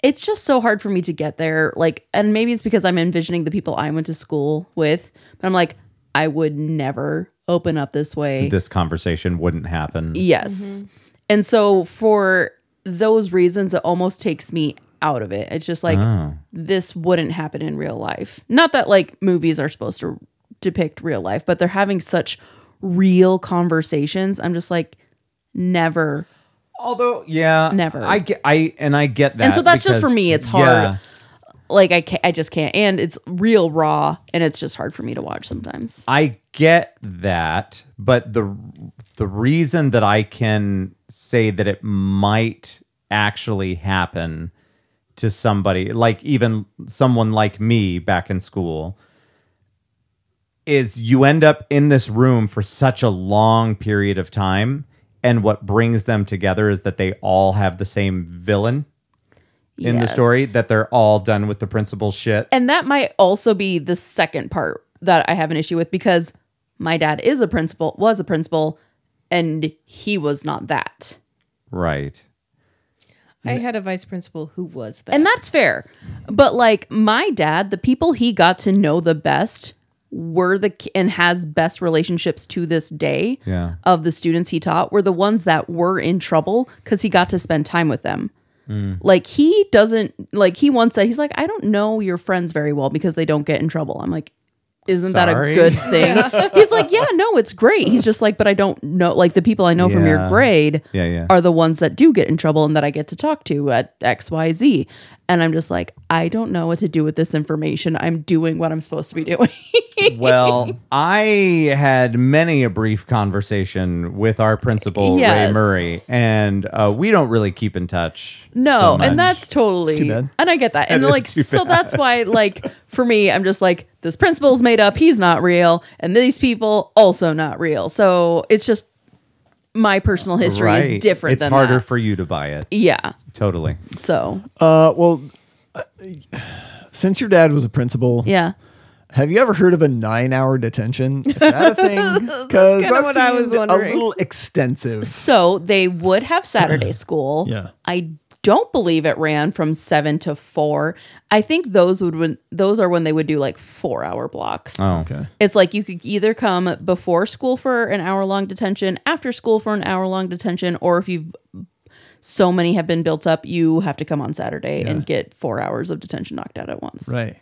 It's just so hard for me to get there. Like, and maybe it's because I'm envisioning the people I went to school with, but I'm like, I would never open up this way.
This conversation wouldn't happen.
Yes.
Mm-hmm.
And so for those reasons, it almost takes me out of it. It's just like
Oh.
this wouldn't happen in real life. Not that like movies are supposed to depict real life, but they're having such real conversations. I'm just like, Never.
Although, yeah,
Never.
I get, I and I get that,
and so that's just for
because-
me. It's hard.
yeah.
Like I, ca I just can't. And it's real raw, and it's just hard for me to watch sometimes.
I get that, but the the reason that I can say that it might actually happen to somebody, like even someone like me back in school, is you end up in this room for such a long period of time, and what brings them together is that they all have the same villain in the
Yes.
story, that they're all done with the principal shit.
And that might also be the second part that I have an issue with because my dad is a principal, was a principal, and he was not that.
Right.
I had a vice principal who was that.
And that's fair. But like my dad, the people he got to know the best were the ki- and has best relationships to this day
Yeah.
of the students he taught were the ones that were in trouble cuz he got to spend time with them.
Mm.
Like he doesn't like he once said he's like I don't know your friends very well because they don't get in trouble. I'm like isn't that
Sorry.
a good thing? he's like yeah, no, it's great. He's just like but I don't know like the people I know from your
Yeah.
grade
Yeah, yeah.
are the ones that do get in trouble and that I get to talk to at XYZ. And I'm just like, I don't know what to do with this information. I'm doing what I'm supposed to be doing.
well, I had many a brief conversation with our principal Ray
Yes.
Murray, and uh, we don't really keep in touch.
no,
so much.
and that's totally
It's too bad.
and I get that.
That
And
is
like
too
so
bad.
that's why like for me, I'm just like, this principal's made up, he's not real, and these people also not real. So it's just my personal history
Right.
is different
It's
than
harder
that.
for you to buy it.
Yeah.
Totally.
So
Uh, well, uh, since your dad was a principal,
Yeah.
Have you ever heard of a nine-hour detention? Is that a thing? Because
kinda what I was
A
wondering.
little extensive.
So they would have Saturday school.
Yeah.
I don't believe it ran from seven to four. I think those would when those are when they would do like four hour blocks.
Oh, okay.
It's like you could either come before school for an hour long detention, after school for an hour long detention, or if you've so many have been built up, you have to come on Saturday and get four hours of detention knocked out at once.
Right.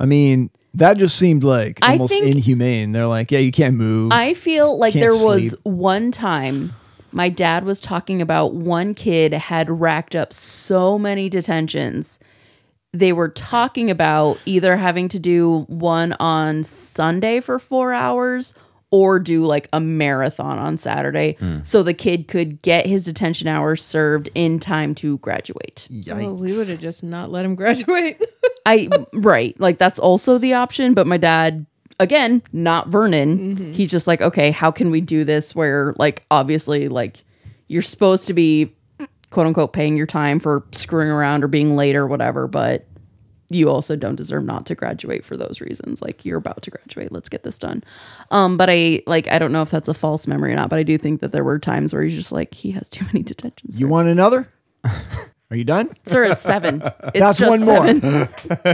I mean, that just seemed like
I
almost
think-
inhumane. They're like, yeah, you can't move.
I feel like
Can't
there was
sleep.
one time my dad was talking about one kid had racked up so many detentions. They were talking about either having to do one on Sunday for four hours or do like a marathon on Saturday
Hmm.
so the kid could get his detention hours served in time to graduate.
Oh, we would have just not let him graduate.
I right, like that's also the option, but my dad again, not Vernon.
Mhm.
He's just like, "Okay, how can we do this where like obviously like you're supposed to be quote unquote paying your time for screwing around or being late or whatever, but you also don't deserve not to graduate for those reasons. Like you're about to graduate. Let's get this done." Um, but I like I don't know if that's a false memory or not, but I do think that there were times where he's just like he has too many detentions.
You want another? Are you done?
Sir, it's seven. It's
That's
just
one more.
seven.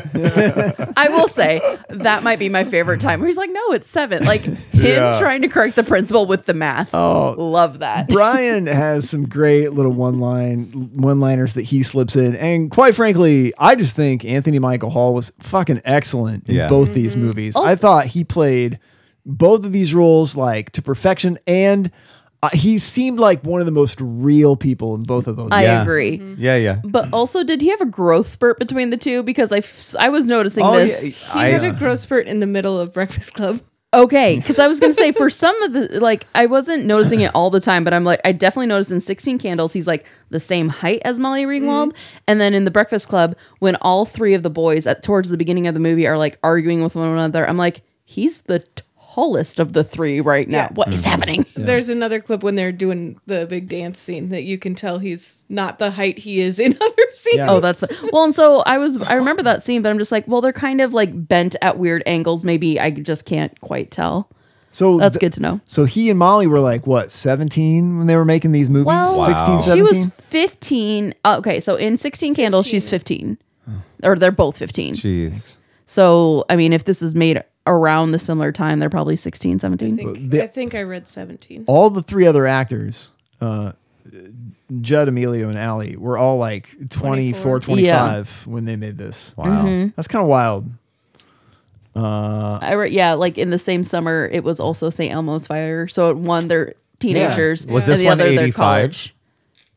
I will say that might be my favorite time where he's like, no, it's seven. Like him
Yeah.
trying to correct the principal with the math.
Oh.
love that.
Brian has some great little one line one liners that he slips in. And quite frankly, I just think Anthony Michael Hall was fucking excellent in
Yeah.
both these
Mm-hmm.
movies. I thought he played both of these roles like to perfection and uh, he seemed like one of the most real people in both of those.
I
movies.
agree.
Yeah, yeah.
But also, did he have a growth spurt between the two? Because I, f- I was noticing
Oh,
this.
yeah, He I- had
uh,
a growth spurt in the middle of Breakfast Club.
Okay, because I was gonna say for some of the like I wasn't noticing it all the time, but I'm like I definitely noticed in Sixteen Candles he's like the same height as Molly Ringwald, and then in The Breakfast Club when all three of the boys at towards the beginning of the movie are like arguing with one another, I'm like he's the tallest of the three right now. What is happening?
There's another clip when they're doing the big dance scene that you can tell he's not the height he is in other scenes.
Oh, that's well. And so I was, I remember that scene, but I'm just like, well, they're kind of like bent at weird angles. Maybe I just can't quite tell.
So
that's good
th-
to know.
So he and Molly were like what, 17 when they were making these movies?
Well,
16,
she
17?
was 15. uh, okay, so in 16 Candles, she's 15. Or they're both 15.
Jeez.
So, I mean, if this is made around the similar time, they're probably 16, 17.
The- Oh.
I think I read 17.
all the three other actors, uh, Judd, Emilio, and Allie, were all like 24, 25 when they made this.
Wow. Mhm.
That's kind of wild. Uh,
I re- yeah, like in the same summer, it was also St. Elmo's Fire. So, at one, they're teenagers.
Was this
and the
one
other their
85?
college.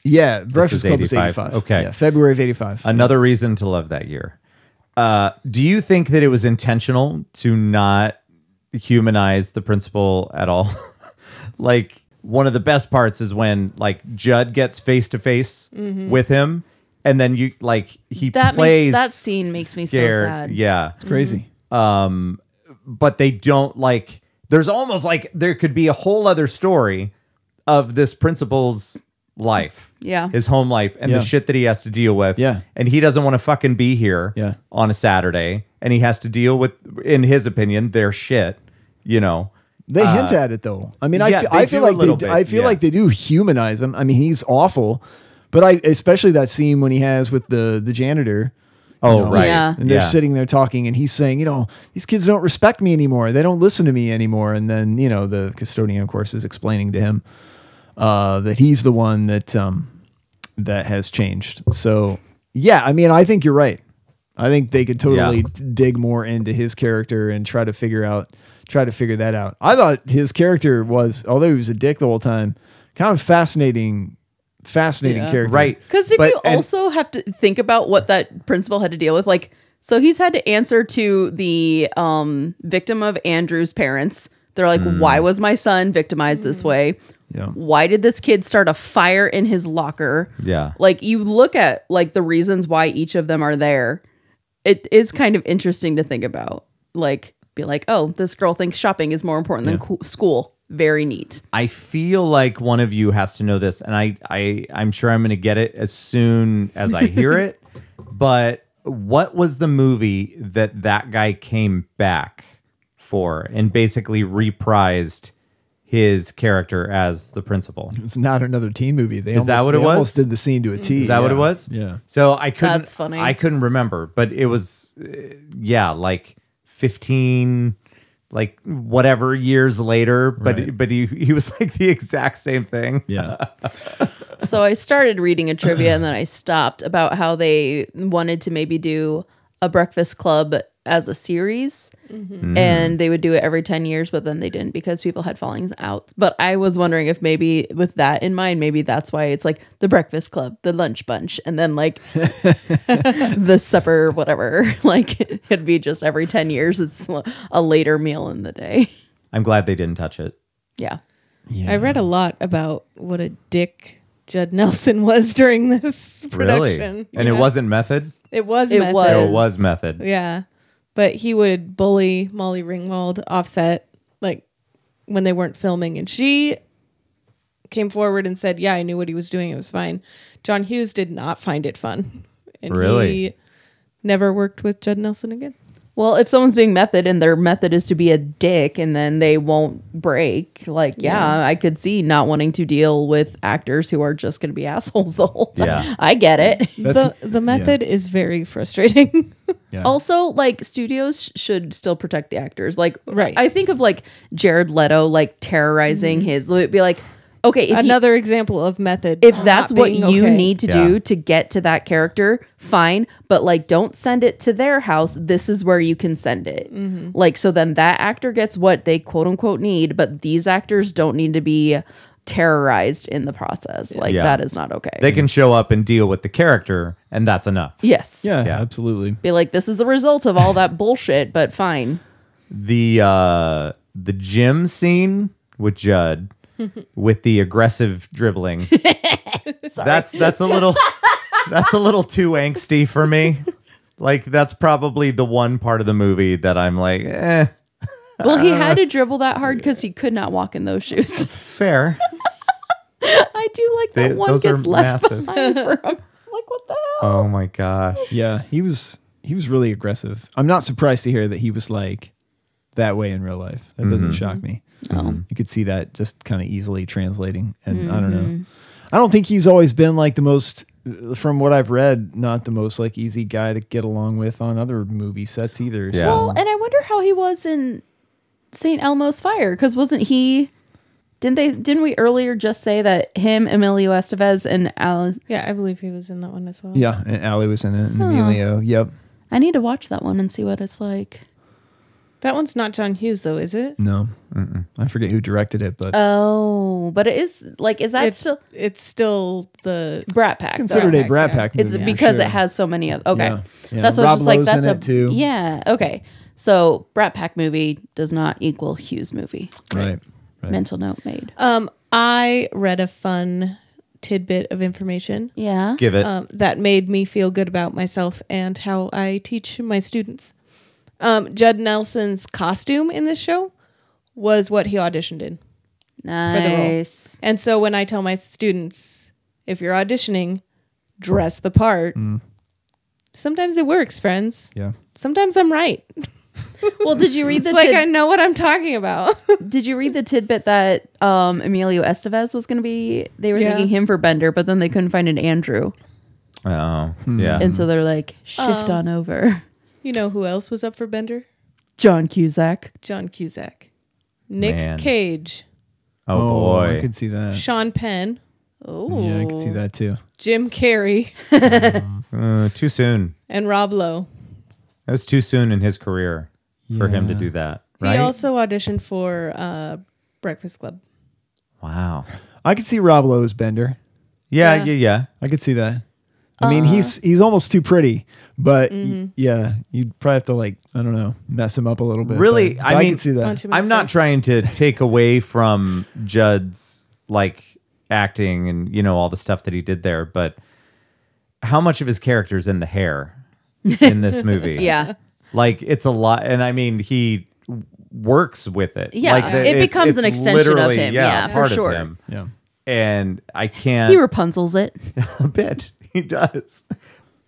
Yeah,
This
Breakfast
is
Club was 85.
Okay.
Yeah, February of 85.
Another reason to love that year. Uh, do you think that it was intentional to not humanize the principal at all? like one of the best parts is when like Judd gets face to face
Mhm.
with him and then you like he
That
plays
makes, that scene makes me
scared.
so sad.
Yeah.
It's crazy.
Um but they don't like there's almost like there could be a whole other story of this principal's life.
Yeah.
His home life and
Yeah.
the shit that he has to deal with. Yeah. And he doesn't want to fucking be here yeah. on a Saturday and he has to deal with in his opinion their shit, you know.
They
Uh,
hint at it though. I mean, I
yeah,
feel,
they
I feel
do a
like they
little
do,
bit,
I feel
yeah.
like they do humanize him. I mean, he's awful, but I especially that scene when he has with the the janitor.
Oh, right. Yeah.
And they're
Yeah.
sitting there talking, and he's saying, you know, these kids don't respect me anymore. They don't listen to me anymore. And then you know the custodian, of course, is explaining to him uh, that he's the one that um, that has changed. So yeah, I mean, I think you're right. I think they could totally
Yeah.
d- dig more into his character and try to figure out try to figure that out. I thought his character was, although he was a dick the whole time, kind of fascinating, fascinating character.
Because if
But-
you
and-
also have to think about what that principal had to deal with, like, so he's had to answer to the um, victim of Andrew's parents. They're like,
Mm.
why was my son victimized this way?
Yeah.
Why did this kid start a fire in his locker?
Yeah.
Like you look at like the reasons why each of them are there. It is kind of interesting to think about. Like be like, "Oh, this girl thinks shopping is more important than coo- school." Very neat.
I feel like one of you has to know this, and I, I I'm sure I'm gonna get it as soon as I hear it. But what was the movie that that guy came back for and basically reprised his character as the principal?
It's not another teen movie. They
Is
almost,
that what it
they
was?
almost did the scene to a T.
Is that what it
yeah.
was?
Yeah.
So I couldn't.
That's funny.
I couldn't remember, but it was, uh, yeah, like fifteen, like whatever years later. But but he he was like the exact same thing.
Yeah.
so I started reading a trivia and then I stopped about how they wanted to maybe do a Breakfast Club as a series
Mhm.
and they would do it every 10 years but then they didn't because people had fallings out but i was wondering if maybe with that in mind maybe that's why it's like the breakfast club the lunch bunch and then like the supper whatever like it'd be just every 10 years it's a later meal in the day
I'm glad they didn't touch it.
yeah
I read a lot about what a dick Judd Nelson was during this
Really?
production.
And it
Yeah.
wasn't method?
It was
It
method.
was.
It was method.
Yeah. But he would bully Molly Ringwald offset like when they weren't filming and she came forward and said, "Yeah, I knew what he was doing. It was fine." John Hughes did not find it fun. And he
Really?
never worked with Judd Nelson again.
well if someone's being method and their method is to be a dick and then they won't break like yeah,
Yeah.
i could see not wanting to deal with actors who are just going to be assholes the whole time
Yeah.
i get it
the the method is very frustrating.
Also, like studios sh- should still protect the actors. Like, right? I think of like Jared Leto like terrorizing
Mhm.
his. It'd be like, okay, if he-
Another example of method.
if that's what you need to
do
do to get to that character, fine. But like, don't send it to their house. This is where you can send it.
Mhm.
Like, so then that actor gets what they quote unquote need, but these actors don't need to be terrorized in the process. Like,
Yeah.
that is not okay.
They can show up and deal with the character, and that's enough.
Yes.
Yeah, absolutely.
be like, this is the result of all that bullshit, but fine.
The uh the gym scene with Judd with the aggressive dribbling. that's that's a little that's a little too angsty for me. Like that's probably the one part of the movie that I'm like, eh.
Well, he
I don't
had
know.
to dribble that hard because he could not walk in those shoes.
Fair.
I do like that
They-
one
those are
gets left
massive.
behind for him.
Oh my gosh.
Yeah, he was he was really aggressive. I'm not surprised to hear that he was like that way in real life. That doesn't
Mhm.
shock me.
No.
You could see that just kind of easily translating and I don't know.
Mhm.
Mm-hmm.
I don't think he's always been like the most from what I've read, not the most like easy guy to get along with on other movie sets either. So
Well, and I wonder how he was in St. Elmo's fire because wasn't he? Didn't they? Didn't we earlier just say that him, Emilio Estevez, and Alice?
Yeah, I believe he was in that one as well.
yeah, and Allie was in it and
Huh.
Emilio. Yep.
I need to watch that one and see what it's like.
That one's not John Hughes, though, is it?
No, Mm-mm. I forget who directed it, but
Oh, but it is like is that
It's-
still
it's still the
Brat Pack?
Considered a Brat Pack
It's
movie, for
because
sure.
it has so many of okay.
Yeah, yeah.
That's what I
Rob
was just like
Lowe's
that's
in
a
it, too.
Yeah, okay. So Brat Pack movie does not equal Hughes movie.
Right, right.
Mental note made.
Um, I read a fun tidbit of information.
Yeah.
Give it.
Um, that made me feel good about myself and how I teach my students. Um, Judd Nelson's costume in this show was what he auditioned in for the role.
Nice.
And so when I tell my students, if you're auditioning, dress the part. Sometimes it works, friends.
Yeah.
Sometimes I'm right.
Well, did you read
It's
the
like
tid-
I know what I'm talking about.
Did you read the tidbit that um, Emilio Estevez was going to be? They were
Yeah.
thinking him for Bender, but then they couldn't find an Andrew,
Oh,
Hmm.
yeah.
and so they're like, shift
Um,
on over.
You know who else was up for Bender?
John Cusack.
John Cusack, Nick
Man.
Cage,
oh,
Oh,
boy.
I could see that.
Sean Penn,
Oh,
yeah, I could see that too.
Jim Carrey,
Uh, too soon.
and Rob Lowe.
That was too soon in his career for him to
Yeah.
do that.
He
Right?
also auditioned for uh, Breakfast Club.
wow.
I could see Rob Lowe's Bender.
Yeah, yeah, yeah.
I could see that. I mean,
Uh-huh.
he's he's almost too pretty, but y-
Mm-hmm.
yeah, you'd probably have to like I don't know mess him up a little bit.
Really,
but-
I
but
mean,
could see that.
I'm not trying to take away from Judd's like acting and you know all the stuff that he did there, but how much of his character's in the hair in this movie?
Yeah.
like it's a lot, and I mean he w- works with it.
Yeah,
like,
it becomes an extension of
literally,
him. Yeah, for
part
sure.
of him.
Yeah.
and I can't.
He Rapunzel's it.
a bit. He does.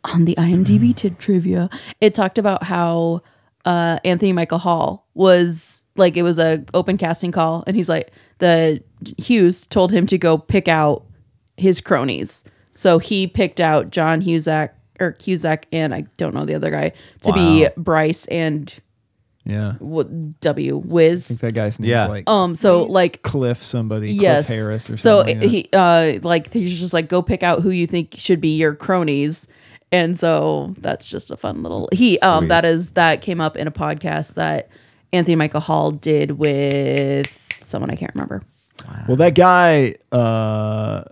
on the IMDb tid trivia, it talked about how uh, Anthony Michael Hall was like it was a open casting call, and he's like the Hughes told him to go pick out his cronies, so he picked out John Husak or Cusack and I don't know the other guy to be
Wow.
Bryce and
Yeah, I
w- W
think
Wiz.
that guy's name's
Yeah.
like
Um, so like
Cliff somebody,
yes
Cliff Harris or something.
so
like that.
he uh like he's just like go pick out who you think should be your cronies and so that's just a fun little he um
Sweet.
that is that came up in a podcast that anthony michael hall did with someone i can't remember
well, that guy, uh,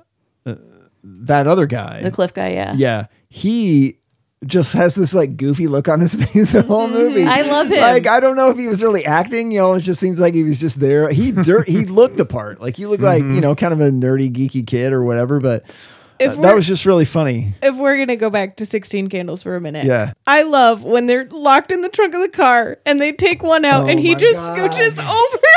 uh, that other guy,
the cliff guy yeah
yeah, he just has this like goofy look on his face the whole movie.
Mm-hmm. i love him
Like I don't know if he was really acting, you know. It just seems like he was just there. He dir- he looked the part. Like he looked like you know, kind of a nerdy, geeky kid or whatever. But uh,
If
that
we're-
was just really funny.
If we're gonna go back to Sixteen Candles for a minute,
Yeah.
I love when they're locked in the trunk of the car and they take one out
Oh
and he
my
just
God.
scooches over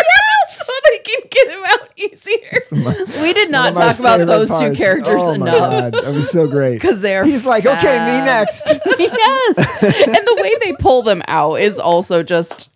so they can get him out easier.
we did
One
not
of my
talk about
favorite
those two
parts.
characters
oh My
enough
God. That was so great.
because they're
He's like, okay, me
fab."
next.
yes and the way they pull them out is also just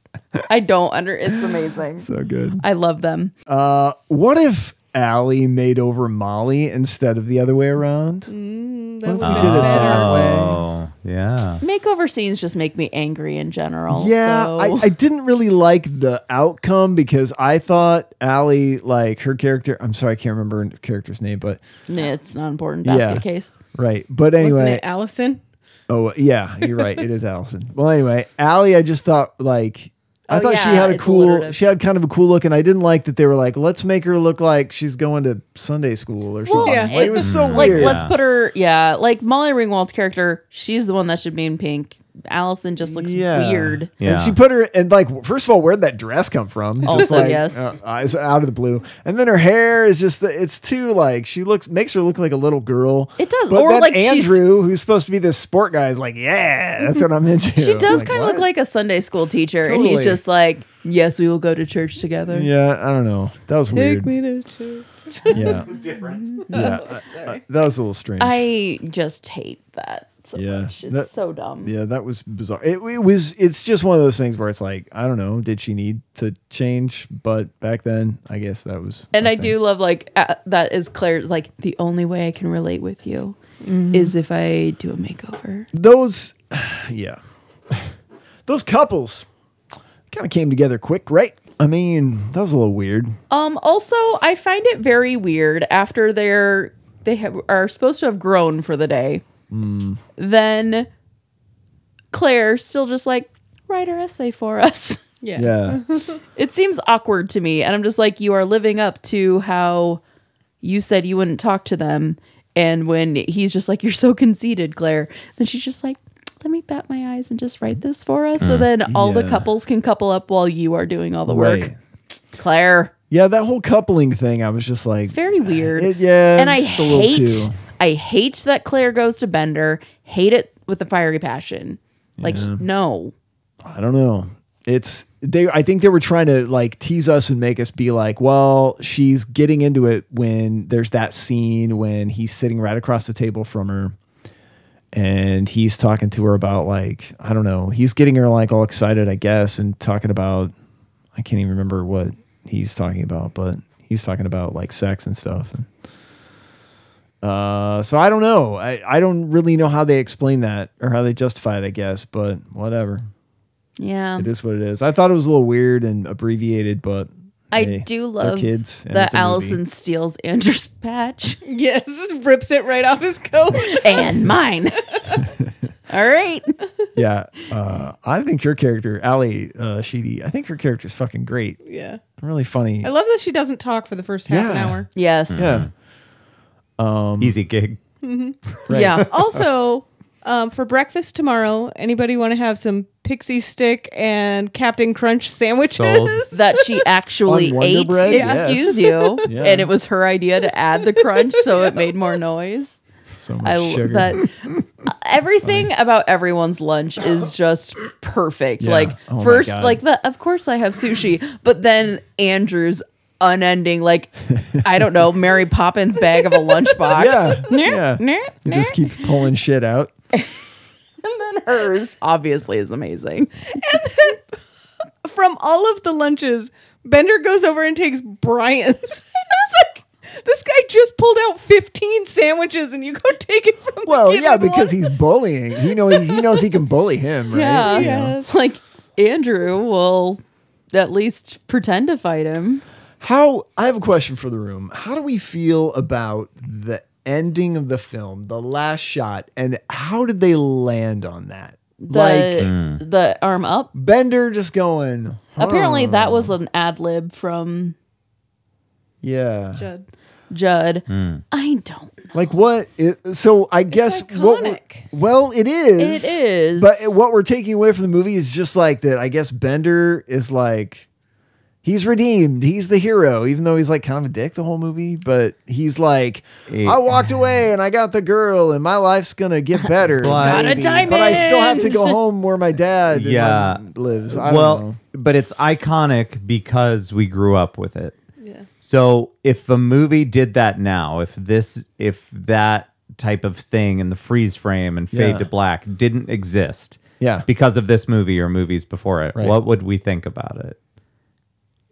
i don't under it's amazing
so good.
i love them
Uh, what if Allie made over Molly instead of the other way around?
That
What
would've
if we
been
did it
better.
that way?
Oh, yeah.
makeover scenes just make me angry in general.
Yeah,
so.
I, I didn't really like the outcome because I thought Allie, like her character, I'm sorry, I can't remember her character's name, but
Nah, it's not important. Basket
Yeah.
case.
right. But
Wasn't
anyway,
it Allison?
Oh yeah, you're right. It is Allison. Well, anyway, Allie, I just thought like I
Oh,
thought she
yeah,
had a
it's
cool,
alliterative.
she had kind of a cool look, and I didn't like that they were like, let's make her look like she's going to Sunday school or something.
yeah.
Like, it was so
Like,
weird.
let's put her. Yeah, like Molly Ringwald's character. She's the one that should be in pink. Allison just looks
Yeah.
weird.
Yeah.
And she put her and like first of all, where'd that dress come from? Just,
Also,
like,
yes.
uh, eyes out of the blue, and then her hair is just the, it's too like she looks makes her look like a little girl.
It does,
But
or,
then
like, she's-
Andrew, who's supposed to be this sport guy, is like, yeah, that's what I'm into.
She does
I'm
kind of look
what?
like a Sunday school teacher, and
Totally.
he's just like, "Yes, we will go to church together."
Yeah, I don't know. That was
Take
weird.
me to church.
Yeah.
Different.
yeah, I- I- that was a little strange.
I just hate that. So
Yeah.
much. it's
That-
so dumb.
yeah, that was bizarre. It, it was. It's just one of those things where it's like, I don't know, did she need to change? But back then, I guess that was.
And
her
I
thing.
do love like uh, that is Claire's like the only way I can relate with you is if I do a makeover.
those. Yeah, those couples kind of came together quick, right? I mean, that was a little weird.
Um, also, I find it very weird after they're they have, are supposed to have grown for the day.
Hmm.
Then Claire still just like write her essay for us.
Yeah.
it seems awkward to me. And I'm just like, you are living up to how you said you wouldn't talk to them. And when he's just like, you're so conceited, Claire, then she's just like, let me bat my eyes and just write this for us. So
Mm.
then all the
Yeah.
couples can couple up while you are doing all the work.
Right.
Claire.
Yeah, that whole coupling thing, I was just like,
It's very weird.
Uh, yeah,
and I
just a little
hate,
too-
I hate that Claire goes to Bender. Hate it with a fiery passion. Like
Yeah.
no,
I don't know. It's they. I think they were trying to like tease us and make us be like, well, she's getting into it when there's that scene when he's sitting right across the table from her, and he's talking to her about like I don't know. He's getting her like all excited, I guess, and talking about I can't even remember what he's talking about, but he's talking about like sex and stuff. And, uh, so I don't know. I I don't really know how they explain that or how they justify it. I guess, but whatever.
yeah.
It is what it is. I thought it was a little weird and abbreviated, but
I
hey,
do
they're
love
kids. and
that
it's a movie.
Allison steals Anders' patch
Yes, rips it right off his coat
and mine. All right.
yeah, uh, I think your character, Allie uh, Sheedy, I think her character is fucking great.
Yeah.
really funny.
I love that she doesn't talk for the first half an
Yeah.
hour.
Yes.
Yeah. Um,
Easy gig.
Mhm.
Right. Yeah.
also, um, for breakfast tomorrow, anybody want to have some pixie stick and Captain Crunch sandwiches?
Sold. that she actually
On Wonder
ate.
Bread? Yes.
Excuse you.
Yeah.
And it was her idea to add the crunch, so it made more noise.
So
I
much
l-
sugar.
that everything about everyone's lunch is just perfect.
Yeah.
Like
Oh my
first,
God.
like the of course I have sushi, but then Andrew's unending like I don't know Mary Poppins bag of a lunchbox.
Yeah,
Nah,
yeah.
nah,
It just keeps pulling shit out.
and hers obviously is amazing.
From all of the lunches, Bender goes over and takes Brian's. it's like this guy just pulled out 15 sandwiches and you go take it from
Well,
the kid
yeah,
with
because
one.
he's bullying. He knows he knows he can bully him, right?
Yeah,
You know?
like Andrew will at least pretend to fight him.
How I have a question for the room. How do we feel about the ending of the film, the last shot, and how did they land on that?
The the arm up.
Bender just going.
Apparently,
huh.
that was an ad lib from
yeah.
Judd.
Judd.
Hmm.
I don't.
Like what? i- so I guess what? we're- Well, it is.
It is.
But what we're taking away from the movie is just like that. I guess Bender is like. He's redeemed. He's the hero, even though he's like kind of a dick the whole movie. But he's like, I walked away and I got the girl, and my life's gonna get better.
Got a
maybe, But I still have to go
diamond!
home where my dad and
yeah
my mom lives. I
well,
don't know.
but it's iconic because we grew up with it.
Yeah.
So if a movie did that now, if this, if that type of thing and the freeze frame and fade
Yeah.
to black didn't exist,
Yeah.
because of this movie or movies before it,
Right.
what would we think about it?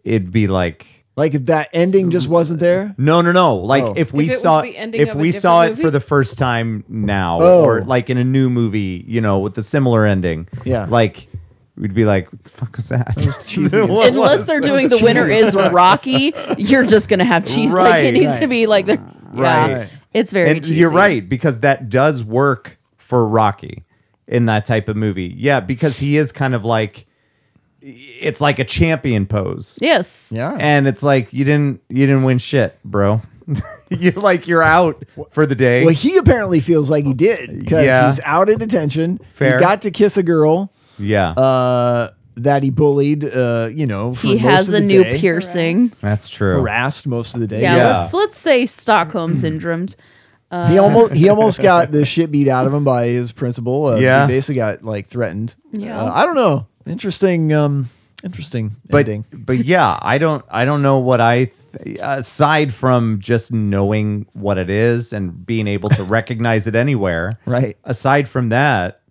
It'd be like.
Like if that ending just wasn't there.
No, no, no. Like
Oh.
if we
If it was
saw
the ending
if
of a
we
different
saw it
movie?
for the first time now,
Oh.
or like in a new movie, you know, with a similar ending.
Yeah.
like we'd be like, "What the fuck was that?"
cheesy as
What
Unless
was
they're
that?
doing the winner is Rocky, you're just gonna have cheese. like
Right.
it needs
Right.
to be like the
right?
Yeah, it's very.
And you're
cheesy.
right because that does work for Rocky in that type of movie. Yeah, because he is kind of like it's like a champion pose.
Yes.
and it's like you didn't you didn't win shit, bro. you're like you're out for the day.
Well, he apparently feels like he did because
Yeah.
he's out of detention.
Fair.
He got to kiss a girl.
Yeah.
Uh, that he bullied. Uh, you know, for
He
most
has
of the
a new
day.
piercing.
That's true.
Harassed most of the day.
Yeah. Let's let's say Stockholm syndrome. Uh,
he almost he almost got the shit beat out of him by his principal. Uh,
Yeah.
he basically got like threatened.
Yeah.
Uh, I don't know. Interesting. Um, interesting
but
ending.
but yeah, I don't I don't know what I th- aside from just knowing what it is and being able to recognize it anywhere.
Right.
Aside from that,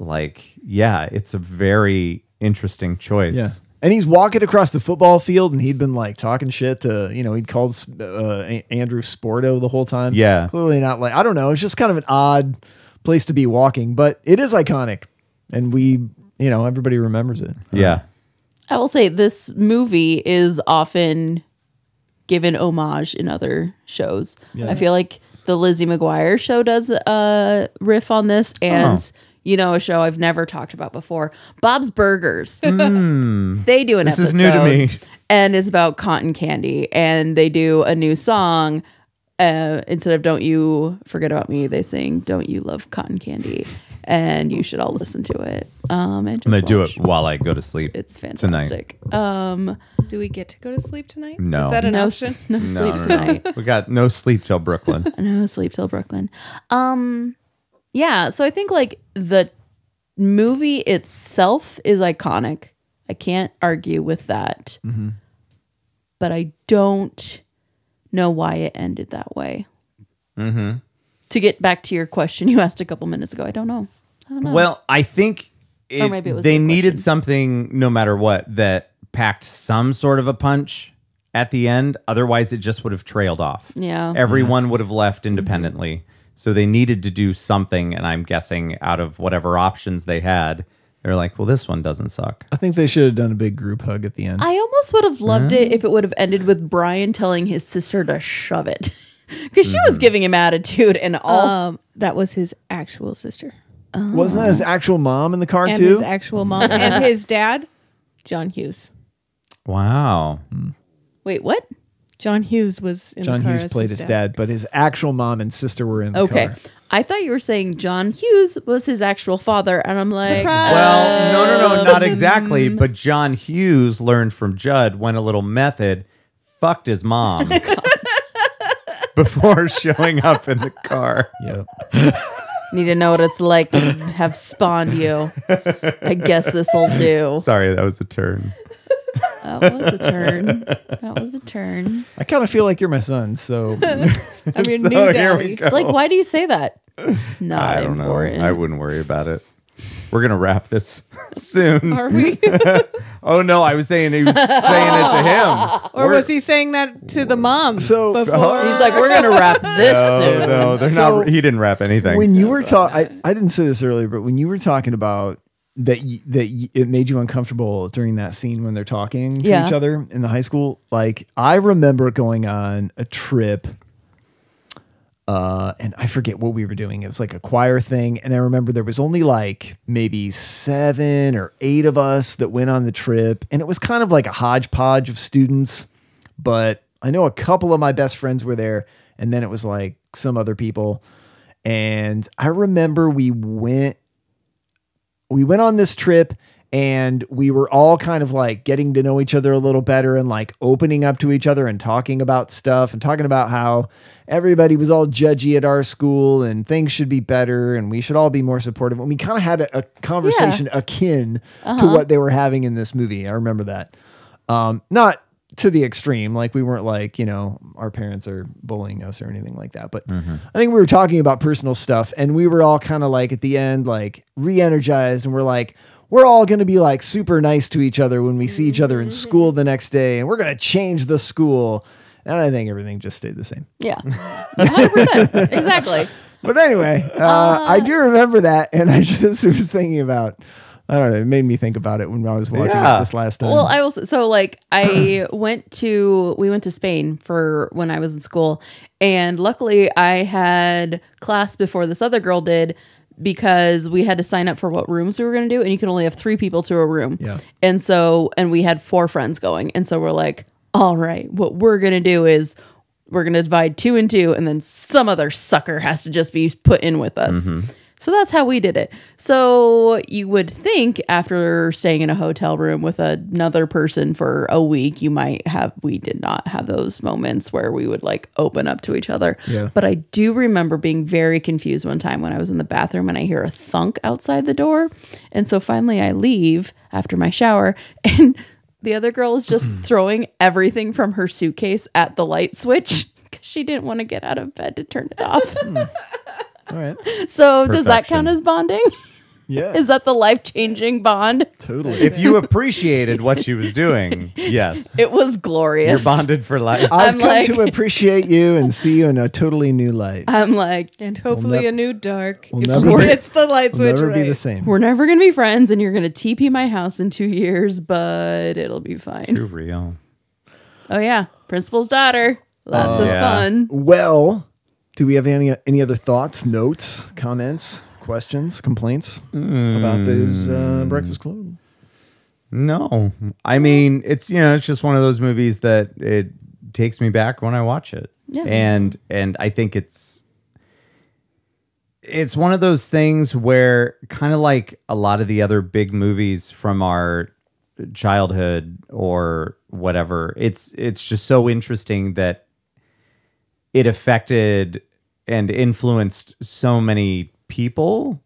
like yeah, it's a very interesting choice.
Yeah. And he's walking across the football field, and he'd been like talking shit to, you know, he'd called uh, A- Andrew Sporto the whole time.
Yeah.
Clearly not like, I don't know. It's just kind of an odd place to be walking, but it is iconic. And we, you know, everybody remembers it.
Yeah.
I will say this movie is often given homage in other shows.
Yeah.
Uh-huh.
I feel like the Lizzie McGuire show does a riff on this, and you know, a show I've never talked about before. Bob's Burgers.
Mm.
they do an
This is
episode.
new to me.
And it's about cotton candy. And they do a new song. Uh, instead of Don't You Forget About Me, they sing Don't You Love Cotton Candy. And you should all listen to it. Um, and
I'm gonna
just
do
watch.
it while I go to sleep.
It's
Tonight.
fantastic. Um,
Do we get to go to sleep tonight?
No.
Is that an
No
option?
s- no No, sleep no, no. tonight.
We got no sleep till Brooklyn.
no sleep till Brooklyn. Um, yeah. So I think like the movie itself is iconic. I can't argue with that.
Mhm.
But I don't know why it ended that way.
Mm-hmm.
To get back to your question you asked a couple minutes ago, I don't know. I don't know.
Well, I think it,
Or maybe it was
they
the
needed something, no matter what, that packed some sort of a punch at the end. Otherwise, it just would have trailed off.
Yeah. Mm-hmm.
Everyone would have left independently. So they needed to do something. And I'm guessing out of whatever options they had, they're like, well, this one doesn't suck.
I think they should have done a big group hug at the
Oh.
end.
I almost would have loved it if it would have ended with Brian telling his sister to shove it. Because she was giving him attitude and all.
Um, that was his actual sister.
Wasn't that his actual mom in the car
and
too?
his actual mom and his dad, John Hughes.
Wow.
Wait, what?
John Hughes was in
John
the car
Hughes
as
played his dad. but his actual mom and sister were in the
Okay.
car.
I thought you were saying John Hughes was his actual father, and I'm like,
Well, no, no, no, not exactly. But John Hughes learned from Judd, went a little method, fucked his mom before showing up in the car.
Yep.
need to know what it's like to have spawned you. I guess this'll do.
Sorry, that was a turn.
That was a turn. That was a turn.
I kind of feel like you're my son, so
I'm your
So
new
here
daddy.
we go.
It's like, why do you say that? Not
I don't know.
important.
I wouldn't worry about it. We're gonna wrap this soon.
Are we?
oh no, I was saying he was saying it to him.
Or was he saying that to the mom?
So
before?
He's like, we're gonna wrap this
No,
soon.
no, they're
So-
not. He didn't wrap anything.
When you were talking, I didn't say this earlier, but when you were talking about that, y- that y- it made you uncomfortable during that scene when they're talking to
Yeah.
each other in the high school. Like I remember going on a trip, uh, and I forget what we were doing. It was like a choir thing, and I remember there was only like maybe seven or eight of us that went on the trip, and it was kind of like a hodgepodge of students but I know a couple of my best friends were there, and then it was like some other people. And I remember we went we went on this trip and we were all kind of like getting to know each other a little better and like opening up to each other and talking about stuff and talking about how everybody was all judgy at our school and things should be better and we should all be more supportive. And we kind of had a, a conversation akin to
Uh-huh.
what they were having in this movie. I remember that. Um, not to the extreme, like we weren't like, you know, our parents are bullying us or anything like that, but I think we were talking about personal stuff and we were all kind of like at the end, like re energized. And we're like, we're all going to be like super nice to each other when we see each other in
Mm-hmm.
school the next day and we're going to change the school. And I think everything just stayed the same.
Yeah. 100%. Exactly.
But anyway, uh,
Uh-huh.
I do remember that. And I just was thinking about, I don't know, it made me think about it when I was watching
Yeah.
it this last time.
Well, I will. s- So, like, I went to we went to Spain for when I was in school, and luckily I had class before this other girl did because we had to sign up for what rooms we were going to do, and you can only have three people to a room.
Yeah.
And so, and we had four friends going, and so we're like, all right, what we're going to do is we're going to divide two and two, and then some other sucker has to just be put in with us. So that's how we did it. So you would think after staying in a hotel room with another person for a week, you might have, we did not have those moments where we would like open up to each other.
Yeah.
But I do remember being very confused one time when I was in the bathroom and I hear a thunk outside the door. And so finally I leave after my shower and the other girl is just throwing everything from her suitcase at the light switch because she didn't want to get out of bed to turn it off.
all right.
So does that count as bonding?
Yeah.
Is that the life changing bond?
totally.
if you appreciated what she was doing, yes,
It was glorious.
you're bonded for life.
I've
I'm
come
like-
to appreciate you and see you in a totally new light.
I'm like,
and hopefully
nev-
a new dark.
we'll
if
never
she
be-
hits the light
It'll
switch
never
right.
be the same.
we're never gonna be friends, and you're gonna TP my house in two years, but it'll be fine.
Too real.
Oh yeah, principal's daughter. Lots of
yeah.
fun.
Well, do we have any any other thoughts, notes, comments, questions, complaints about this uh, Breakfast Club?
No, I mean it's you know it's just one of those movies that it takes me back when I watch it,
Yeah.
and and I think it's it's one of those things where kind of like a lot of the other big movies from our childhood or whatever, it's it's just so interesting that it affected and influenced so many people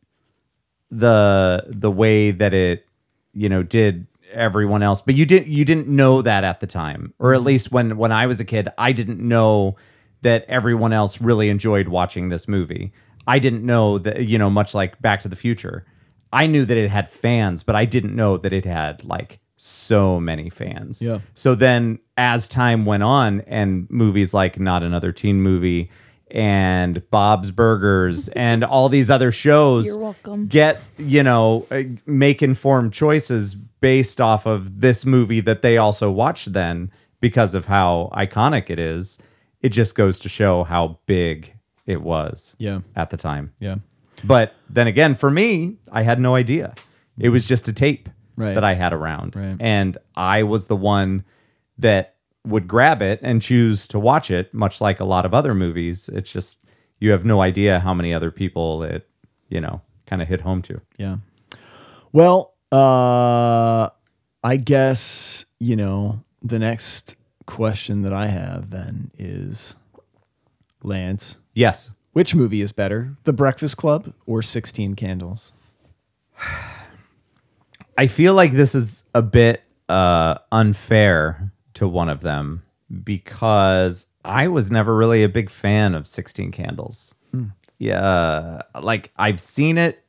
the the way that it you know did everyone else but you didn't you didn't know that at the time or at least when when i was a kid i didn't know that everyone else really enjoyed watching this movie i didn't know that you know much like back to the future i knew that it had fans but i didn't know that it had like so many fans
Yeah.
so then as time went on and movies like Not Another Teen Movie and Bob's Burgers and all these other shows
You're welcome.
get, you know, uh, make informed choices based off of this movie that they also watched then because of how iconic it is. It just goes to show how big it was
Yeah.
at the time.
Yeah.
But then again, for me, I had no idea. It was just a tape
Right.
that I had around. And I was the one that would grab it and choose to watch it, much like a lot of other movies. It's just you have no idea how many other people it, you know, kind of hit home to.
Yeah. Well, uh, I guess, you know, the next question that I have then is Lance.
Yes.
Which movie is better, The Breakfast Club or 16 Candles?
I feel like this is a bit uh, unfair to one of them because I was never really a big fan of 16 Candles.
Hmm.
Yeah. Like I've seen it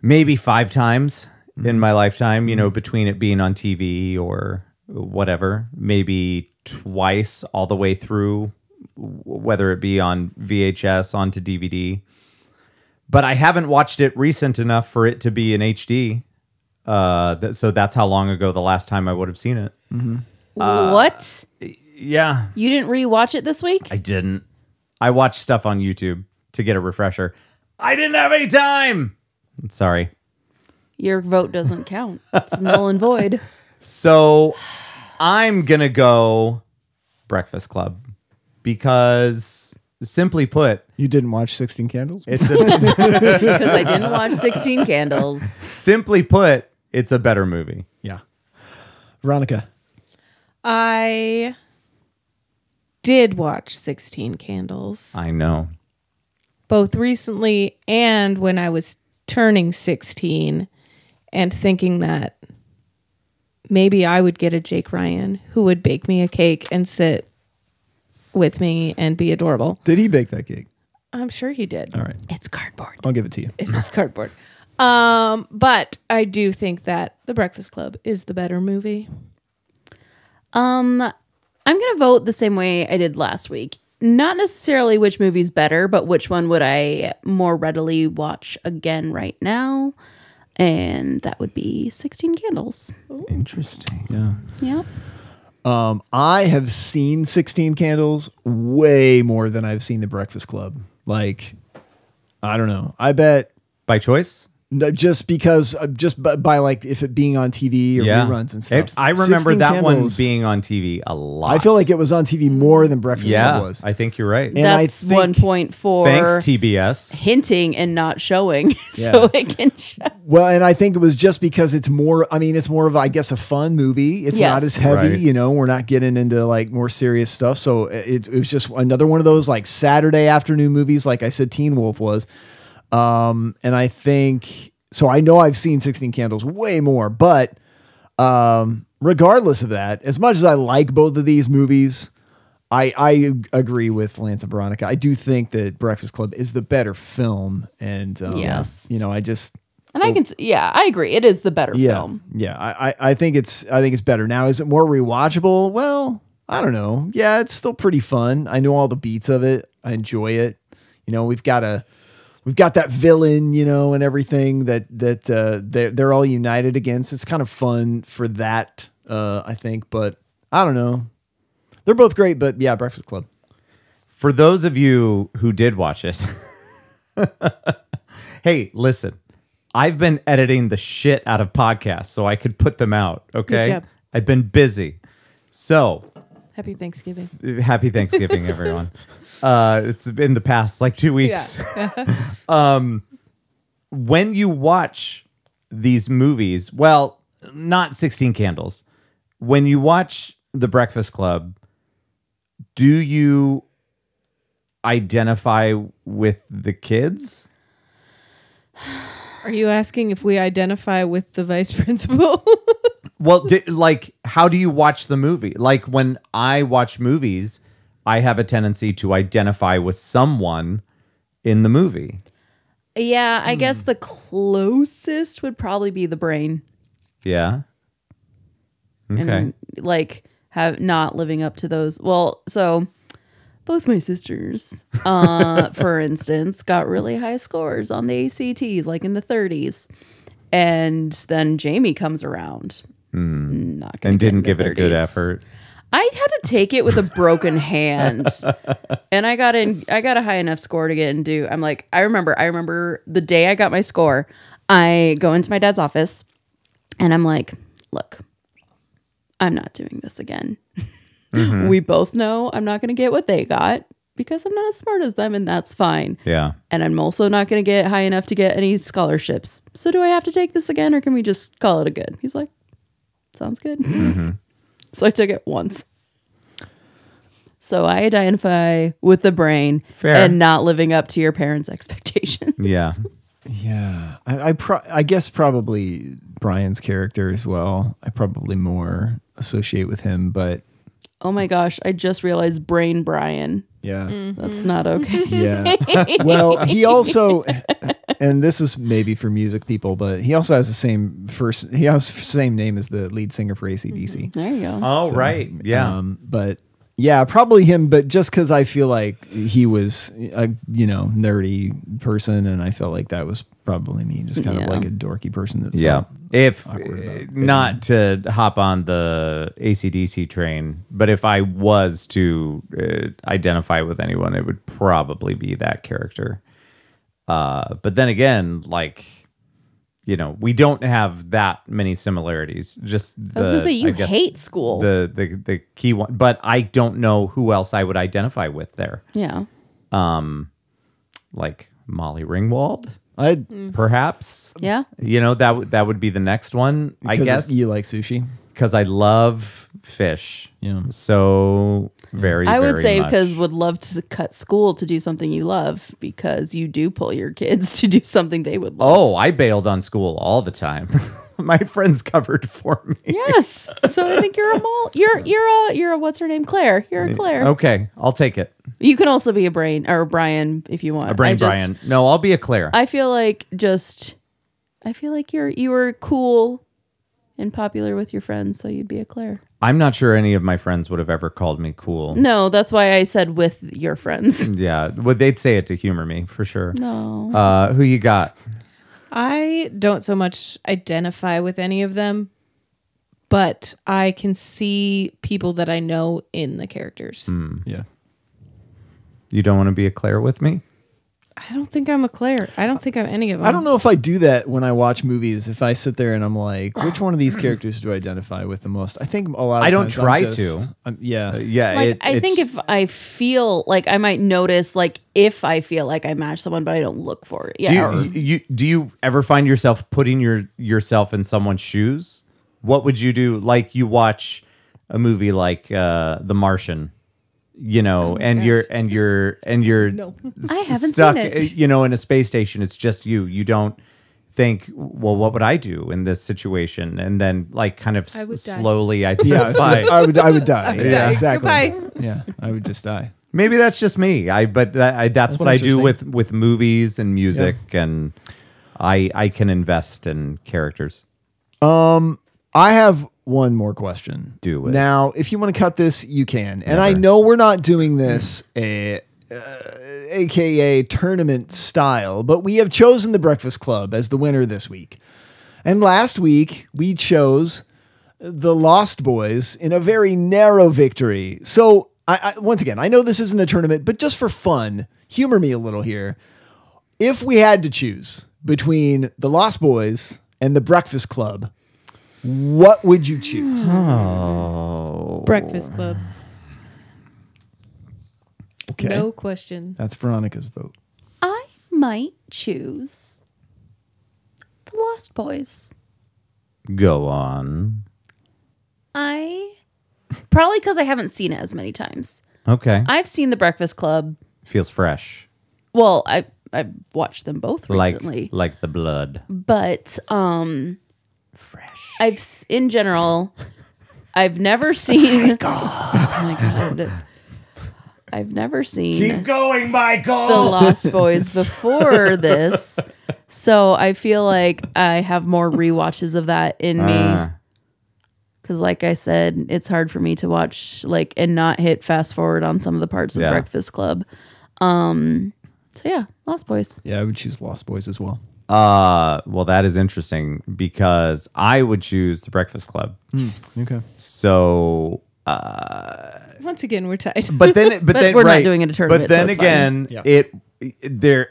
maybe five times in my lifetime, you know, between it being on TV or whatever, maybe twice all the way through, w- whether it be on VHS, onto DVD but I haven't watched it recent enough for it to be in HD. Uh, th- so that's how long ago the last time I would have seen it. Uh,
what?
Yeah,
You didn't rewatch it this week?
I didn't. I watched stuff on YouTube to get a refresher. I didn't have any time. Sorry.
Your vote doesn't count. It's null and void.
So I'm gonna go Breakfast Club because, simply put,
you didn't watch 16 Candles.
It's a,
Because I didn't watch 16 Candles.
simply put, it's a better movie.
Yeah. Veronica.
I did watch 16 Candles,
I know.
both recently and when I was turning 16, and thinking that maybe I would get a Jake Ryan who would bake me a cake and sit with me and be adorable.
Did he bake that cake?
I'm sure he did.
All right.
It's cardboard.
I'll give it to you.
It is cardboard. Um, but I do think that The Breakfast Club is the better movie.
Um, I'm gonna vote the same way I did last week. Not necessarily which movie's better, but which one would I more readily watch again right now? And that would be 16 Candles.
Interesting. Yeah.
Yep.
Um, I have seen 16 Candles way more than I've seen The Breakfast Club. Like, I don't know. I bet.
By choice?
No, just because, uh, just by, by like if it being on TV or
yeah.
reruns and stuff.
It- I remember
16
that one
Candles,
being on TV a lot.
I feel like it was on TV more than Breakfast
yeah,
Club was.
I think you're right.
And I
That's one point for
Thanks, TBS.
hinting and not showing, so it can show.
Well, and I think it was just because it's more. I mean, it's more of I guess a fun movie. It's not
Yes.
as heavy.
Right.
You know, we're not getting into like more serious stuff. So it, it was just another one of those like Saturday afternoon movies. Like I said, Teen Wolf was. Um, and I think so. I know I've seen Sixteen Candles way more, but um, regardless of that, as much as I like both of these movies, I, I agree with Lance and Veronica. I do think that Breakfast Club is the better film, and um,
Yes.
you know, I just
And I can, s- yeah, I agree. It is the better
yeah,
film.
yeah. I, I I think it's I think it's better now. Is it more rewatchable? Well, I don't know. Yeah, it's still pretty fun. I know all the beats of it. I enjoy it. You know, we've got a we've got that villain, you know, and everything that that uh, they're they're all united against. It's kind of fun for that. Uh, I think, but I don't know. They're both great, but yeah, Breakfast Club.
For those of you who did watch it, Hey, listen, I've been editing the shit out of podcasts so I could put them out. Okay.
job.
I've been busy. So
Happy Thanksgiving.
happy Thanksgiving, everyone. uh, it's been the past like two weeks. um, when you watch these movies, well, not 16 Candles, when you watch The Breakfast Club, do you identify with the kids?
Are you asking if we identify with the vice principal?
Well, di like, how do you watch the movie? Like, when I watch movies, I have a tendency to identify with someone in the movie.
Yeah,
Hmm.
I guess the closest would probably be the brain.
Yeah. Okay.
And like have not living up to those. Well, so both my sisters, uh, for instance, got really high scores on the ACTs, like in the 30s. And then Jamie comes around.
Hmm.
Not gonna
and
get
didn't
in the
give it a good
30s.
effort.
I had to take it with a broken hand. And I got in I got a high enough score to get into. I'm like, I remember, I remember the day I got my score. I go into my dad's office and I'm like, look, I'm not doing this again.
Mhm.
We both know I'm not gonna get what they got because I'm not as smart as them and that's fine.
Yeah.
And I'm also not going to get high enough to get any scholarships. So do I have to take this again or can we just call it a good? He's like, sounds good.
Mhm.
So I took it once. So I identify with the brain
Fair.
and not living up to your parents' expectations.
Yeah.
Yeah, I I, pro- I guess probably Brian's character as well. I probably more associate with him, but
Oh my gosh, I just realized brain Brian.
Yeah. Mhm.
That's not okay.
yeah. well, he also, and this is maybe for music people, but he also has the same first. He has the same name as the lead singer for ACDC.
There you go.
Oh, right. Yeah.
Um, but yeah, probably him. But just because I feel like he was a you know nerdy person, and I felt like that was probably me, just kind
Yeah.
of like a dorky person. That
Yeah.
felt
If eh, not to hop on the ACDC train, but if I was to uh, identify with anyone, it would probably be that character. Uh, but then again, like, you know, we don't have that many similarities. Just the,
I was gonna say, you
I guess,
hate school.
The, the the key one, but I don't know who else I would identify with there.
Yeah.
Um, like Molly Ringwald,
I
Mm.
perhaps.
Yeah.
You know that w- that would be the next one. I
Because
guess
you like sushi
because I love fish.
Yeah.
So very.
I would
very
say
much.
because would love to cut school to do something you love because you do pull your kids to do something they would love.
Oh, I bailed on school all the time. My friends covered for me.
Yes. So I think you're a mall. You're you're a you're a what's her name Claire. You're
Mm,
a Claire.
Okay, I'll take it.
You can also be a brain or a Brian if you want.
A brain
I just-
Brian. No, I'll be a Claire.
I feel like just I feel like you're you were cool and popular with your friends, so you'd be a Claire.
I'm not sure any of my friends would have ever called me cool.
No, that's why I said with your friends. Oh.
Yeah, well, they'd say it to humor me for sure.
No.
Uh, who you got?
I don't so much identify with any of them, but I can see people that I know in the characters.
Hmm.
Yeah.
You don't want to be a Claire with me?
I don't think I'm a Claire. I don't think I'm any of them.
I don't know if I do that when I watch movies. If I sit there and I'm like, which one of these characters do I identify with the most? I think a lot. of
I don't
times I'm
try
just-
to. Uh,
I'm- yeah,
yeah.
Like I think if I feel like I might notice like if I feel like I match someone but I don't look for it. Yeah.
Do you, you- do you ever find yourself putting your yourself in someone's shoes? What would you do? Like you watch a movie like uh, The Martian, you
Oh
know, and you're and you're and you're
I haven't seen
stuck,
it.
uh, you know, in a space station. It's just you. You don't think, well, what would I do in this situation? And then, like, kind of
I would
s-
die.
slowly
yeah, I, was
identify.
just- I would, I would die.
I would
yeah,
die.
exactly.
Goodbye.
Yeah, I would just die.
Maybe that's just me. I but that, I, that's,
That's
what I do
interesting.
with with movies and music, and I I can invest in characters.
Um, I have one more question.
Do it.
now. If you want to cut this, you can. And I
Never.
know we're not doing this a, uh, aka tournament style, but we have chosen the Breakfast Club as the winner this week. And last week we chose the Lost Boys in a very narrow victory. So I, I once again, I know this isn't a tournament, but just for fun, humor me a little here. If we had to choose between the Lost Boys and the Breakfast Club, what would you choose?
Oh.
Breakfast Club.
Okay.
No question.
That's Veronica's vote.
I might choose The Lost Boys.
Go on.
I probably because I haven't seen it as many times.
Okay.
I've seen The Breakfast Club.
Feels fresh.
Well, I I've watched them both recently.
Like like the blood.
but um fresh i've s- in general i've never seen oh my god i've never seen
going, Michael.
the Lost Boys before this. So I feel like I have more rewatches of that in me.
Ah.
Because, like I said, it's hard for me to watch like and not hit fast forward on some of the parts of
Yeah.
Breakfast Club. Um. So yeah, Lost Boys.
Yeah, I would choose Lost Boys as well.
Uh, well, that is interesting because I would choose the Breakfast Club.
Okay.
So, uh,
Once again, we're tied.
but then, but, then,
we're not
right.
doing it a
But
tournament, so
then
it's fine.
again,
Yeah.
it they're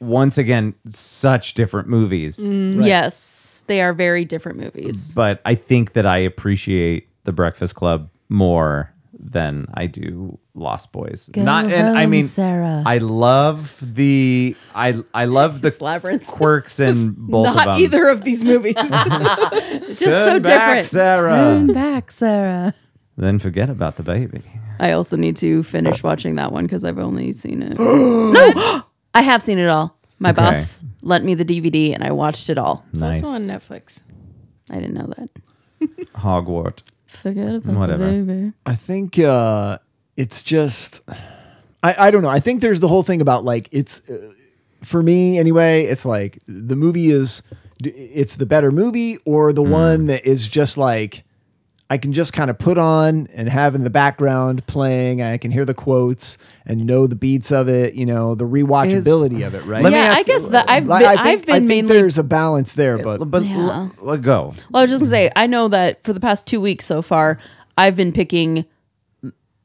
once again such different movies.
Mm, Yes, they are very different movies.
But I think that I appreciate the Breakfast Club more than I do Lost Boys.
Go
Not and I
home,
mean
Sarah.
I love the I I love the quirks in both
Not
of them.
either of these movies.
It's
Just
just so
Turn back,
different.
Sarah.
Turn back, Sarah.
Then forget about the baby.
I also need to finish watching that one because I've only seen it. no, I have seen it all. My
Okay.
boss lent me the DVD and I watched it all.
It's also Nice. on
Netflix.
I didn't know that.
Hogwarts.
Forget about
Whatever.
the baby.
I think uh, it's just, I, I don't know. I think there's the whole thing about like, it's, uh, for me anyway, it's like the movie is, d- it's the better movie or
Mm.
the one that is just like, I can just kind of put on and have in the background playing. and I can hear the quotes and know the beats of it, you know, the rewatchability of it, right?
Let me Yeah, ask I you- guess that I've
Like,
been-
I think-
I've been
I think
mainly-
There's a balance there, but.
But
Yeah.
l- well, go.
Well, I was just gonna say, I know that for the past two weeks so far, I've been picking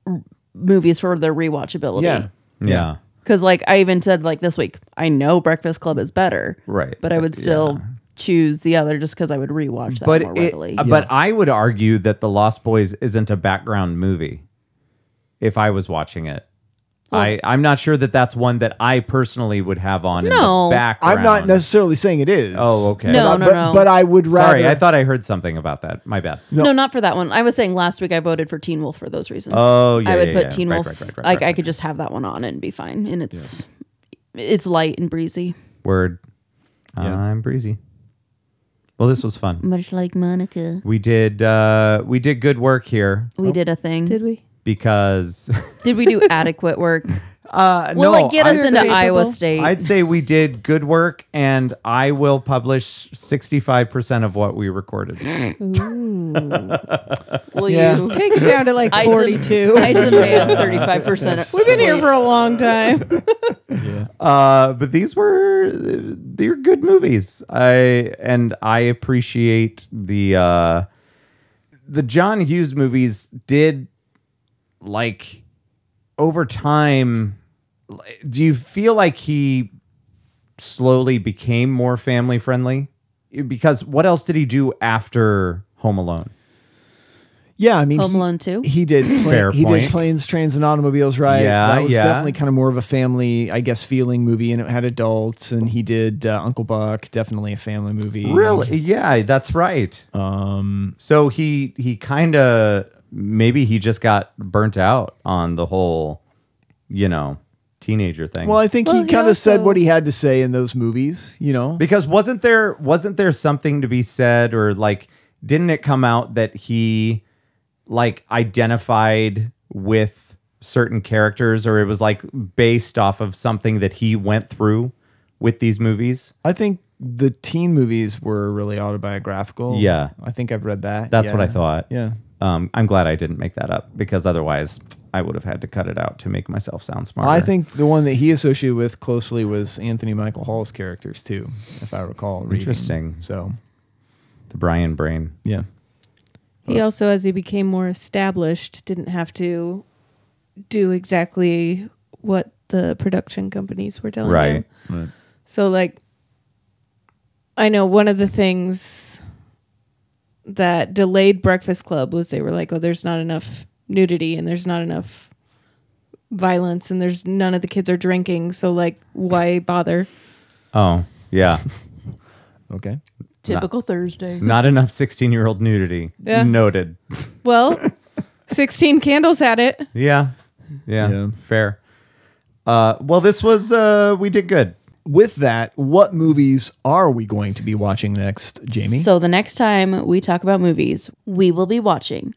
m- movies for their rewatchability.
Yeah. Yeah.
Because like I even said like this week, I know Breakfast Club is better,
Right.
But I would still choose the other just because I would rewatch that
But
more
it, uh,
readily.
but I would argue that The Lost Boys isn't a background movie. If I was watching it, I I'm not sure that that's one that I personally would have on in the background.
I'm not necessarily saying it is.
Oh, okay.
No,
but,
no,
but,
no.
But I would rather.
Sorry, I thought I heard something about that. My bad.
no. not for that one. I was saying last week I voted for Teen Wolf for those reasons.
Oh, yeah,
I would
yeah,
put
yeah.
Teen
Right,
Wolf.
right, right, right,
like
right,
I could just have that one on and be fine, and it's it's light and breezy,
Word. I'm breezy. Well, this was fun.
much like Monica.
We did uh we did good work here
We did a thing. Did
we?
because
Did we do adequate work?
Uh,
Will
no,
it get us
I'd
into
say-
Iowa State?
I'd say we did good work, and I will publish 65% of what we recorded.
Will
Yeah.
you
Take it down to, like,
I
42.
dem- I demand thirty-five percent.
We've been here for a long time.
Uh, but these were they're good movies. I and I appreciate the uh, the John Hughes movies did like over time. like, Do you feel like he slowly became more family friendly? Because what else did he do after Home Alone?
Yeah, I mean,
Home
he-
Alone 2?
He did. Pla-
Fair
he
point.
did planes, trains, and automobiles. Right.
Yeah,
so that was
yeah.
definitely kind of more of a family, I guess, feeling movie, and it had adults. And he did uh, Uncle Buck, definitely a family movie.
Really? Yeah, that's right.
Um
so he he kind of maybe he just got burnt out on the whole, you know, teenager thing.
Well, I think he kind of said what he had to say in those movies. You know.
because wasn't there wasn't there something to be said or like didn't it come out that he like identified with certain characters or it was like based off of something that he went through with these movies?
I think the teen movies were really autobiographical.
Yeah.
I think I've read that.
That's what
yeah.
I thought.
Yeah.
Um, I'm glad I didn't make that up because otherwise I would have had to cut it out to make myself sound smarter.
I think the one that he associated with closely was Anthony Michael Hall's characters too, if I recall. reading.
Interesting.
So
the Brian brain.
Yeah.
He also, as he became more established, didn't have to do exactly what the production companies were telling him.
Right.
So, like, I know one of the things that delayed Breakfast Club was they were like, oh, there's not enough nudity and there's not enough violence and there's none of the kids are drinking. So, like, why bother?
Oh, yeah.
okay.
Typical Thursday.
Not enough 16 year old nudity.
Yeah.
Noted.
Well, 16 Candles had it.
Yeah. Yeah. Fair. Uh, well, this was, uh, we did good.
With that, what movies are we going to be watching next, Jamie?
So the next time we talk about movies, we will be watching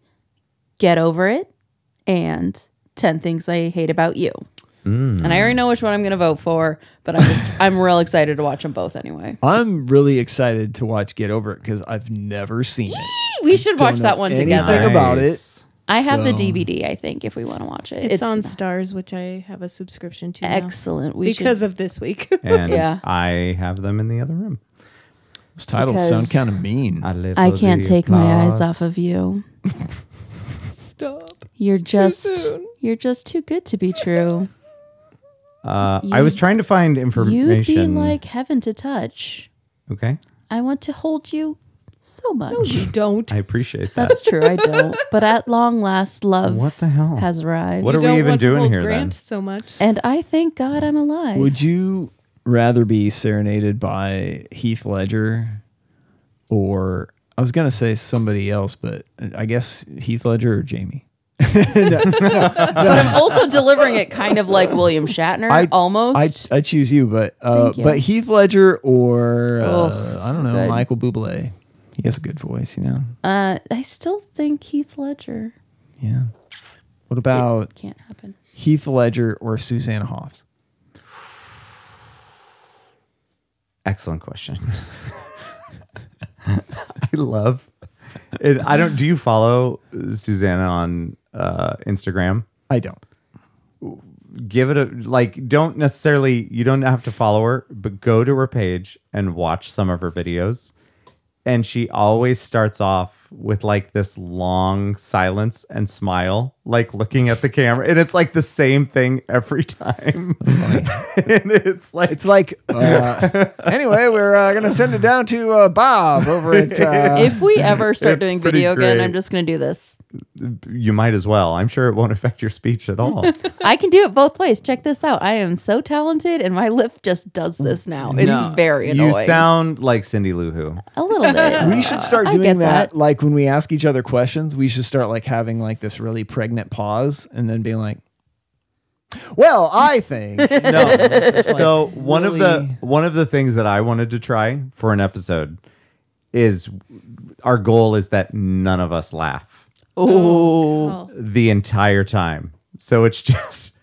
Get Over It and 10 Things I Hate About You.
Mm.
And I already know which one I'm going to vote for, but I'm just I'm real excited to watch them both anyway.
I'm really excited to watch Get Over It because I've never seen it.
We should watch that one
Anything
together.
about it.
I have the
so-
DVD, I think, if we want to watch it.
It's, on Stars, which I have a subscription to. now.
Excellent. We
because
should-
of this week.
And
Yeah.
I have them in the other room.
Those titles Because sound kinda mean.
I, live
I
for
can't
the
take my eyes
applause.
off of you.
Stop.
You're just you're just too good to be true.
Uh, I
You-
was trying to find
You'd
information.
be like heaven to touch.
okay.
I want to hold you so much.
you don't.
I appreciate that.
That's true. I don't. But at long last, love
What the hell?
has arrived.
What You are we don't even want to doing hold here,
Grant so much.
And I thank God I'm alive.
Would you rather be serenaded by Heath Ledger or I was gonna say somebody else, but I guess Heath Ledger or Jamie.
but I'm also delivering it kind of like William Shatner, almost.
I, I choose you, but uh,
Thank you.
but Heath Ledger or uh,
Oh,
I don't know
so good.
Michael Bublé. He has a good voice, you know.
uh, I still think Heath Ledger.
Yeah. What about
can't happen.
Heath Ledger or Susanna Hoffs?
Excellent question. I love it. I don't. Do you follow Susanna on uh, Instagram?
I don't.
Give it a like. Don't necessarily. You don't have to follow her, but go to her page and watch some of her videos. And she always starts off with like this long silence and smile, like looking at the camera, and it's like the same thing every time. and it's like
it's like uh, anyway, we're uh, gonna send it down to uh, Bob over at. Uh,
if we ever start
it's
doing
pretty
video again,
great.
I'm just going to do this.
you might as well. I'm sure it won't affect your speech at all.
I can do it both ways. Check this out. I am so talented, and my lip just does this now. It's
No,
very
You
annoying.
sound like Cindy Lou Who.
a little bit.
we should start
I
doing
get
that. Like when we ask each other questions, we should start like having like this really pregnant pause and then being like, "Well, I think."
No.
Just, like,
so one of
really-
the one of the things that I wanted to try for an episode is our goal is that none of us laugh
Oh,
the entire time. So it's just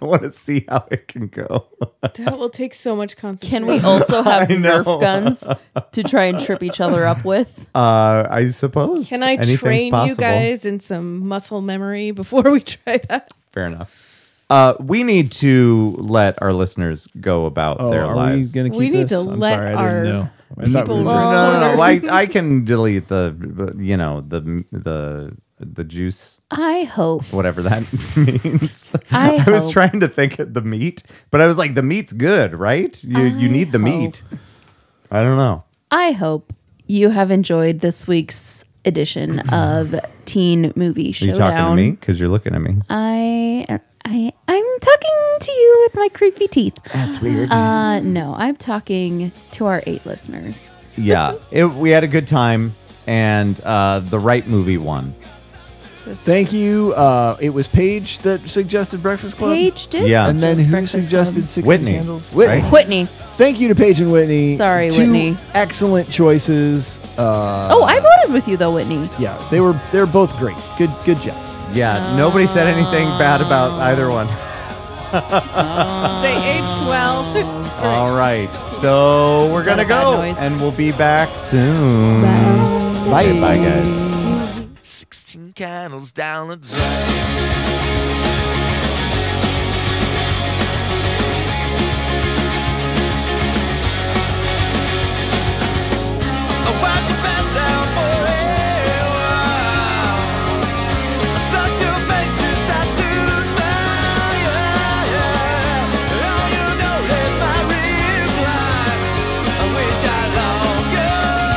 I want to see how it can go.
That will take so much concentration.
Can we also have
I know.
Nerf guns to try and trip each other up with?
Uh, I suppose.
Can I
anything's
train you
possible.
guys in some muscle memory before we try that?
Fair enough. Uh, we need to let our listeners go about
Oh,
their
are
lives.
we gonna keep
We need
this?
to
I'm
let
sorry,
our
I didn't know. I thought we
people
were
No,
just-
no, no, no. I, I can delete the, you know, the the the juice,
I hope.
whatever that means.
I
was
hope.
trying to think of the meat, but I was like, the meat's good, right? You you need the meat. I don't know.
I hope you have enjoyed this week's edition of Teen Movie
Are you
Showdown.
talking to me? Because you're looking at me.
I I I'm talking to you with my creepy teeth.
That's weird.
Uh no, I'm talking to our eight listeners.
yeah, it, we had a good time, and uh, the right movie won.
Thank you. Uh, it was Paige that suggested Breakfast Club.
Paige did
Yeah.
and then
suggest
who
Breakfast
suggested
Club.
16
Whitney,
Candles?
right?
Whitney.
Thank you to Paige and Whitney.
Sorry,
Two
Whitney.
Excellent choices. Uh,
Oh, I voted with you though, Whitney.
yeah, they were they're both great. Good good job.
Yeah, nobody said anything bad about either one.
They aged well.
All right, so we're
Is that
gonna
a bad
go,
noise?
and we'll be back soon. Bye, bye, guys.
16 candles down the drain. I wiped your face down forever. I touched your face, you start to smile. And all you know is my reply. I wish I loved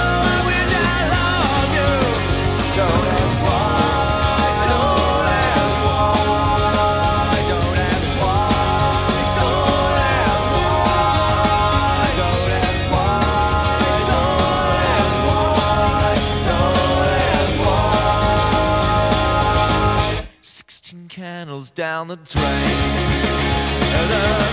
down the drain. The